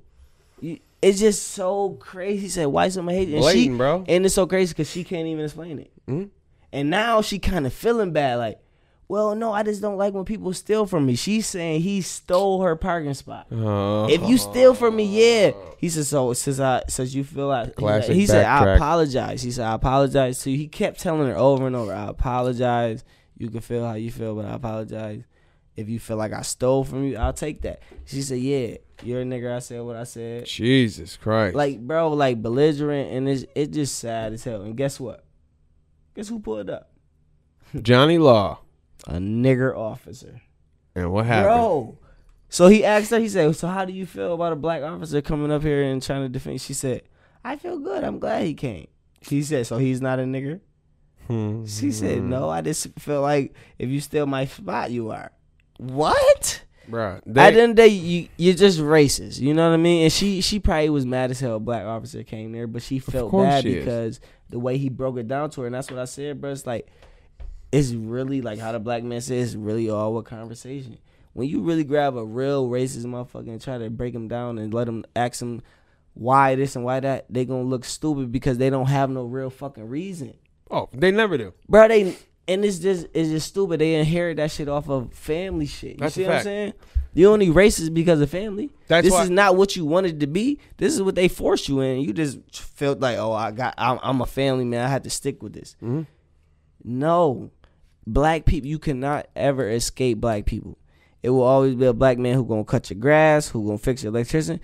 Speaker 3: You- it's just so crazy. He said, why so much hate? And she,
Speaker 2: Blatant, bro. Hmm?
Speaker 3: And it's so crazy because she can't even explain it. And now she kind of feeling bad, like, well, no, I just don't like when people steal from me. She's saying he stole her parking spot. If you steal from me, yeah. He said, so since I since you feel like
Speaker 2: Classic
Speaker 3: he said, I
Speaker 2: backtrack.
Speaker 3: apologize. He said, I apologize to you. He kept telling her over and over, I apologize. You can feel how you feel, but I apologize. If you feel like I stole from you, I'll take that. She said, Yeah, you're a nigger. I said what I said.
Speaker 2: jesus christ
Speaker 3: Like, bro, like belligerent and it's it's just sad as hell. And guess what? Guess who pulled up?
Speaker 2: johnny law
Speaker 3: a nigger officer.
Speaker 2: And what happened?
Speaker 3: Bro. So he asked her, he said, So how do you feel about a black officer coming up here and trying to defend? She said, I feel good. I'm glad he came. He said, So he's not a nigger?
Speaker 2: Hmm.
Speaker 3: She said, No, I just feel like if you steal my spot, you are. What?
Speaker 2: Bro,
Speaker 3: At
Speaker 2: they-
Speaker 3: the end of the day, you, you're just racist. You know what I mean? And she she probably was mad as hell a black officer came there, but she felt
Speaker 2: course
Speaker 3: bad
Speaker 2: she is.
Speaker 3: because the way he broke it down to her. And that's what I said, bro. It's like, it's really like how the black man says, it's really all a conversation. When you really grab a real racist motherfucker and try to break him down and let him ask him why this and why that, they gonna look stupid because they don't have no real fucking reason
Speaker 2: oh, they never do.
Speaker 3: bro. They and it's just it's just stupid. They inherit that shit off of family shit. You
Speaker 2: That's a
Speaker 3: see what I'm
Speaker 2: fact.
Speaker 3: saying? You only racist because of family.
Speaker 2: That's
Speaker 3: this
Speaker 2: why-
Speaker 3: is not what you wanted to be. This is what they forced you in. You just felt like, oh, I got, I'm, I'm a family man. I had to stick with this.
Speaker 2: Mm-hmm.
Speaker 3: No, black people, you cannot ever escape black people. It will always be a black man who gonna cut your grass, who gonna fix your electricity.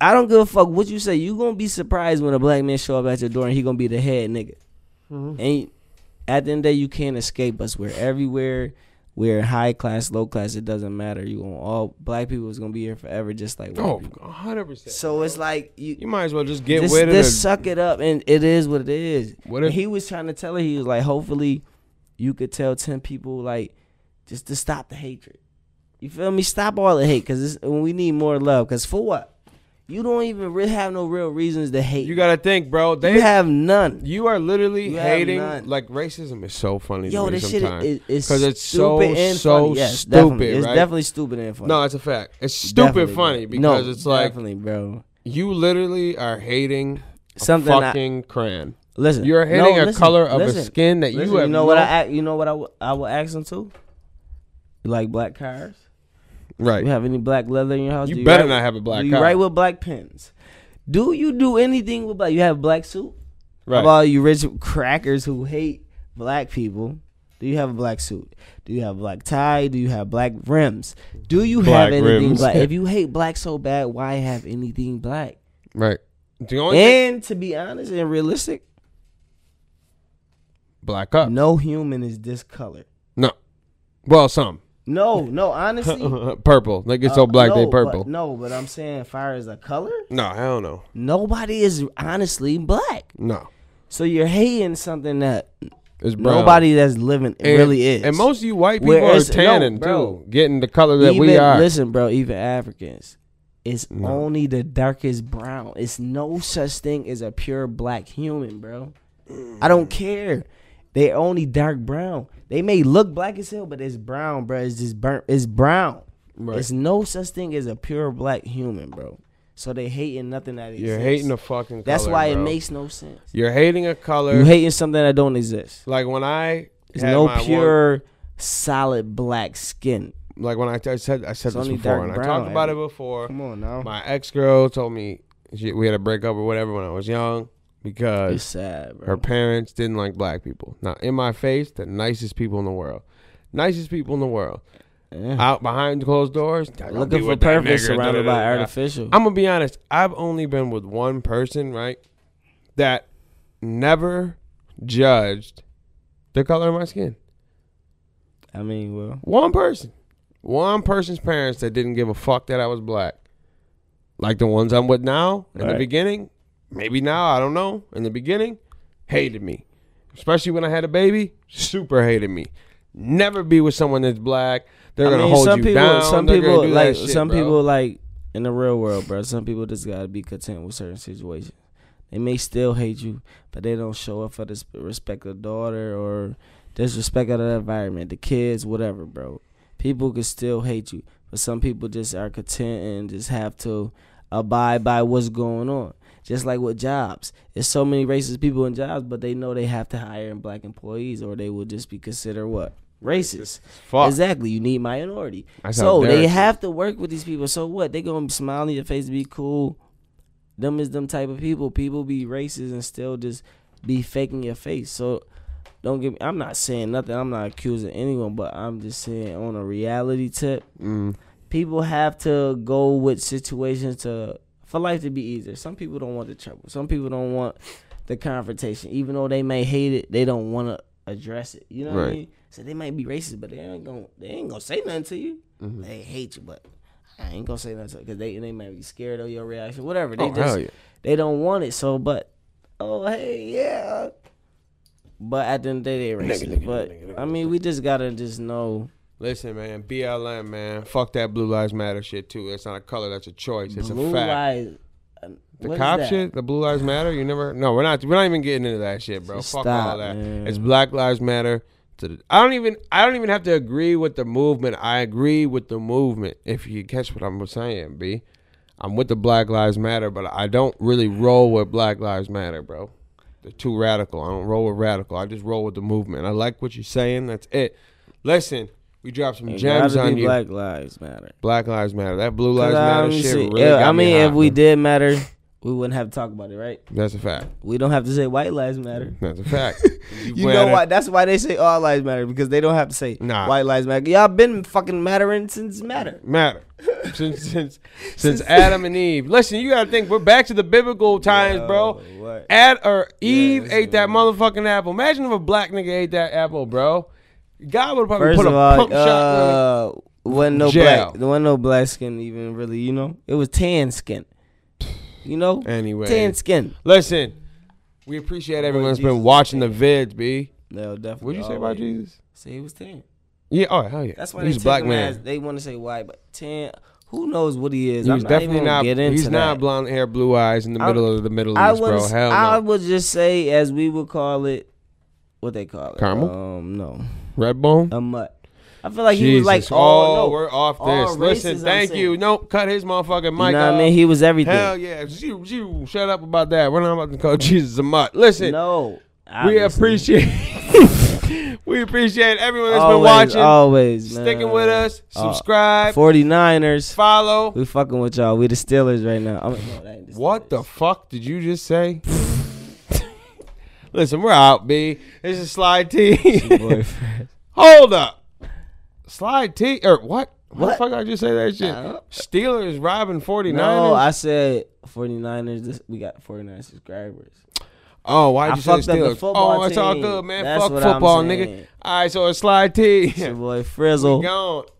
Speaker 3: I don't give a fuck what you say. You gonna be surprised when a black man show up at your door and he gonna be the head nigga. And at the end of the day, you can't escape us. We're everywhere. We're high class, low class. It doesn't matter. You gonna all black people is gonna be here forever, just like white
Speaker 2: Oh,
Speaker 3: people.
Speaker 2: 100%.
Speaker 3: So it's like you,
Speaker 2: you might as well just get
Speaker 3: just,
Speaker 2: with it.
Speaker 3: just
Speaker 2: or-
Speaker 3: suck it up, and it is what it is.
Speaker 2: What
Speaker 3: And
Speaker 2: if-
Speaker 3: he was trying to tell her, he was like, hopefully, you could tell ten people like, just to stop the hatred. You feel me? Stop all the hate, cause it's, we need more love. Cause for what? You don't even really have no real reasons to hate.
Speaker 2: you got to think, bro. They
Speaker 3: you have none.
Speaker 2: You are literally
Speaker 3: You have
Speaker 2: hating.
Speaker 3: none.
Speaker 2: Like racism is so funny.
Speaker 3: Yo,
Speaker 2: to me
Speaker 3: this shit
Speaker 2: sometimes.
Speaker 3: is, is
Speaker 2: 'Cause
Speaker 3: stupid
Speaker 2: it's so
Speaker 3: and
Speaker 2: so
Speaker 3: funny. Yes,
Speaker 2: stupid,
Speaker 3: definitely. It's
Speaker 2: right?
Speaker 3: definitely stupid and funny.
Speaker 2: no, it's a fact. It's stupid
Speaker 3: Definitely,
Speaker 2: funny
Speaker 3: bro.
Speaker 2: because
Speaker 3: No,
Speaker 2: it's like
Speaker 3: definitely, bro.
Speaker 2: you literally are hating a
Speaker 3: Something I-
Speaker 2: fucking crayon.
Speaker 3: Listen,
Speaker 2: You're
Speaker 3: no,
Speaker 2: hating a
Speaker 3: listen,
Speaker 2: color of
Speaker 3: listen,
Speaker 2: a skin that
Speaker 3: listen,
Speaker 2: you have.
Speaker 3: know what
Speaker 2: no-
Speaker 3: I ac- you know what I w- I will ask them too. You like black cars?
Speaker 2: right.
Speaker 3: You have any black leather in your house?
Speaker 2: You
Speaker 3: Do
Speaker 2: better
Speaker 3: write-
Speaker 2: not have a black
Speaker 3: Do you
Speaker 2: car.
Speaker 3: write with black pens? Do you do anything with black? You have black suit. How
Speaker 2: Right.
Speaker 3: about you rich crackers who hate black people? Do you have a black suit? Do you have black tie? Do you have black rims? Do you
Speaker 2: Black
Speaker 3: have anything
Speaker 2: rims.
Speaker 3: black? If you hate black so bad, why have anything black?
Speaker 2: right. The only thing-
Speaker 3: And to be honest and realistic,
Speaker 2: black up. No.
Speaker 3: no human is this color.
Speaker 2: Well, some
Speaker 3: No, no, honestly.
Speaker 2: purple. They get so
Speaker 3: uh,
Speaker 2: black
Speaker 3: no,
Speaker 2: they
Speaker 3: but-
Speaker 2: purple.
Speaker 3: no, but I'm saying fire is a color.
Speaker 2: no, I don't know.
Speaker 3: Nobody is honestly black.
Speaker 2: No,
Speaker 3: So you're hating something that
Speaker 2: it's brown.
Speaker 3: nobody that's living
Speaker 2: And-
Speaker 3: really is.
Speaker 2: And most of you white people
Speaker 3: Where
Speaker 2: are
Speaker 3: it's- no,
Speaker 2: tanning
Speaker 3: bro.
Speaker 2: too, getting the color that
Speaker 3: even,
Speaker 2: we are. Mm.
Speaker 3: Listen, bro, even Africans, it's only the darkest brown. It's no such thing as a pure black human, bro. I
Speaker 2: Mm.
Speaker 3: don't care. They only dark brown. They may look black as hell, but it's brown, bro. It's just burnt. It's brown.
Speaker 2: Right.
Speaker 3: It's no such thing as a pure black human, bro. So they hating nothing that exists.
Speaker 2: You're hating a fucking.
Speaker 3: That's
Speaker 2: color,
Speaker 3: why
Speaker 2: bro.
Speaker 3: it makes no sense.
Speaker 2: You're hating a color.
Speaker 3: You hating something that don't exist.
Speaker 2: like when I
Speaker 3: There's
Speaker 2: had
Speaker 3: no
Speaker 2: my
Speaker 3: pure solid black skin.
Speaker 2: one- like when I, I said I said
Speaker 3: It's
Speaker 2: this
Speaker 3: only
Speaker 2: before,
Speaker 3: dark
Speaker 2: and I
Speaker 3: brown,
Speaker 2: talked about it
Speaker 3: Eric.
Speaker 2: before.
Speaker 3: Come on now.
Speaker 2: My ex girl told me she, we had a breakup or whatever when I was young
Speaker 3: It's
Speaker 2: because
Speaker 3: sad, bro.
Speaker 2: her parents didn't like black people. Now in my face, the nicest people in the world, nicest people in the world. Out behind closed doors, "Don't be
Speaker 3: Looking for
Speaker 2: with that
Speaker 3: purpose
Speaker 2: nigger,"
Speaker 3: surrounded by
Speaker 2: da-da-da-da.
Speaker 3: artificial.
Speaker 2: I'm gonna be honest. I've only been with one person, right, that never judged the color of my skin.
Speaker 3: I mean, well,
Speaker 2: One person, one person's parents that didn't give a fuck that I was black, like the ones I'm with now. In the
Speaker 3: Right.
Speaker 2: beginning, maybe now I don't know. In the beginning, hated me, especially when I had a baby. Super hated me. Never be with someone that's black. They're
Speaker 3: I
Speaker 2: gonna
Speaker 3: mean,
Speaker 2: hold
Speaker 3: some
Speaker 2: you
Speaker 3: people,
Speaker 2: down.
Speaker 3: some
Speaker 2: They're
Speaker 3: people
Speaker 2: gonna do that
Speaker 3: like
Speaker 2: shit,
Speaker 3: some
Speaker 2: bro.
Speaker 3: people like in the real world, bro. Some people just gotta be content with certain situations. They may still hate you, but they don't show up for this respect of daughter or disrespect of the environment, the kids, whatever, bro. People can still hate you, but some people just are content and just have to abide by what's going on. Just like with jobs, there's so many racist people in jobs, but they know they have to hire black employees, or they will just be considered what racist.
Speaker 2: Fuck.
Speaker 3: Exactly. You need minority.
Speaker 2: That's how
Speaker 3: so they
Speaker 2: Derek-
Speaker 3: have to work with these people. So what? They gonna smile in your face, be cool. Them is them type of people. People be racist and still just be faking your face. So don't give me. I'm not saying nothing. I'm not accusing anyone, but I'm just saying on a reality tip, people have to go with situations to for life to be easier. Some people don't want the trouble. Some people don't want the confrontation, even though they may hate it. They don't want to address it. You know what I
Speaker 2: Right.
Speaker 3: mean? So they might be racist, but they ain't gonna they ain't gonna say nothing to you.
Speaker 2: Mm-hmm.
Speaker 3: They hate you, but I ain't gonna say nothing to because they they might be scared of your reaction, whatever. They
Speaker 2: Oh,
Speaker 3: just
Speaker 2: hell yeah.
Speaker 3: they don't want it. So, but oh hey yeah. But at the end of the day, they racist. but I mean, we just gotta just know.
Speaker 2: Listen, man, BLM, man, fuck that Blue Lives Matter shit too. It's not a color, that's a choice. It's
Speaker 3: Blue
Speaker 2: a fact.
Speaker 3: lies. uh,
Speaker 2: the
Speaker 3: what is
Speaker 2: cop
Speaker 3: that?
Speaker 2: shit, the Blue Lives Matter. You never. No, we're not. We're not even getting into that shit, bro.
Speaker 3: Just
Speaker 2: Fuck all
Speaker 3: stop,
Speaker 2: that.
Speaker 3: man.
Speaker 2: It's Black Lives Matter. To the, I don't even. I don't even have to agree with the movement. I agree with the movement. If you catch what I'm saying, B. I'm with the Black Lives Matter, but I don't really roll with Black Lives Matter, bro. They're too radical. I don't roll with radical. I just roll with the movement. I like what you're saying. That's it. Listen, we dropped some
Speaker 3: It
Speaker 2: gems
Speaker 3: gotta
Speaker 2: on
Speaker 3: be
Speaker 2: you. Black.
Speaker 3: Black Lives Matter.
Speaker 2: Lives Matter. That Blue
Speaker 3: 'Cause
Speaker 2: Lives
Speaker 3: I
Speaker 2: Matter
Speaker 3: don't
Speaker 2: shit
Speaker 3: see-
Speaker 2: really
Speaker 3: yeah,
Speaker 2: got
Speaker 3: I mean,
Speaker 2: me hot,
Speaker 3: if we
Speaker 2: bro.
Speaker 3: did matter, we wouldn't have to talk about it, right?
Speaker 2: that's a fact.
Speaker 3: We don't have to say white lives matter.
Speaker 2: That's a fact.
Speaker 3: You know why? That's why they say all lives matter because they don't have to say
Speaker 2: Nah.
Speaker 3: white lives matter. Y'all been fucking mattering since matter.
Speaker 2: matter since since since Adam and Eve. Listen, you gotta think we're back to the biblical times, bro.
Speaker 3: what?
Speaker 2: Ad or Eve ate that motherfucking apple. Imagine if a black nigga ate that apple, bro. God would probably
Speaker 3: First
Speaker 2: put
Speaker 3: of
Speaker 2: a
Speaker 3: all,
Speaker 2: pump shot.
Speaker 3: uh, wasn't no
Speaker 2: Jail.
Speaker 3: black, there wasn't no black skin even really. You know, it was tan skin. You know,
Speaker 2: Anyway.
Speaker 3: tan skin.
Speaker 2: Listen, we appreciate everyone that's been watching the vids, b.
Speaker 3: No, definitely.
Speaker 2: What'd you say about
Speaker 3: always.
Speaker 2: Jesus?
Speaker 3: Say he was tan.
Speaker 2: Yeah, oh hell yeah.
Speaker 3: That's why
Speaker 2: he's
Speaker 3: they
Speaker 2: a
Speaker 3: take
Speaker 2: black
Speaker 3: him
Speaker 2: man.
Speaker 3: As, they want to say white, but tan. Who knows what he is?
Speaker 2: he was
Speaker 3: I'm
Speaker 2: definitely
Speaker 3: not.
Speaker 2: not.
Speaker 3: Even gonna get into
Speaker 2: he's not
Speaker 3: that.
Speaker 2: blonde hair, blue eyes in the
Speaker 3: I-
Speaker 2: middle of the Middle
Speaker 3: I
Speaker 2: East,
Speaker 3: would.
Speaker 2: bro. Hell no.
Speaker 3: I would just say, as we would call it, what they call it.
Speaker 2: Caramel?
Speaker 3: Um, no,
Speaker 2: Red bone.
Speaker 3: a mutt. I feel like he was
Speaker 2: Jesus.
Speaker 3: like,
Speaker 2: oh,
Speaker 3: oh, no.
Speaker 2: we're off
Speaker 3: all
Speaker 2: this.
Speaker 3: racist,
Speaker 2: Listen,
Speaker 3: I'm
Speaker 2: thank
Speaker 3: saying.
Speaker 2: you. Nope, cut his motherfucking
Speaker 3: You
Speaker 2: mic
Speaker 3: know what I
Speaker 2: off.
Speaker 3: mean? He was everything.
Speaker 2: Hell yeah. You, you, shut up about that. We're not about to call Jesus a mutt. Listen,
Speaker 3: no.
Speaker 2: we
Speaker 3: obviously.
Speaker 2: appreciate we appreciate everyone that's
Speaker 3: always,
Speaker 2: been watching.
Speaker 3: Always
Speaker 2: sticking
Speaker 3: man.
Speaker 2: with us.
Speaker 3: Uh,
Speaker 2: Subscribe.
Speaker 3: 49ers.
Speaker 2: follow.
Speaker 3: We fucking with y'all. We the Steelers right now. I'm, no, that ain't the
Speaker 2: What the fuck did you just say? Listen, we're out, B. This is Slide
Speaker 3: Steelers,
Speaker 2: T.
Speaker 3: boyfriend.
Speaker 2: Hold up. Slide T or what? What the
Speaker 3: What?
Speaker 2: fuck did I just say that shit?
Speaker 3: I don't-
Speaker 2: Steelers robbing 49ers.
Speaker 3: No, I said 49ers. This, we got 49 subscribers.
Speaker 2: Oh, why
Speaker 3: I
Speaker 2: would you say
Speaker 3: fucked up the
Speaker 2: Steelers?
Speaker 3: football
Speaker 2: oh, it's all
Speaker 3: team.
Speaker 2: good, man.
Speaker 3: That's
Speaker 2: Fuck
Speaker 3: what I'm
Speaker 2: football, nigga.
Speaker 3: saying.
Speaker 2: All right, so it's slide T.
Speaker 3: It's your boy
Speaker 2: We
Speaker 3: Frizzle.
Speaker 2: gone.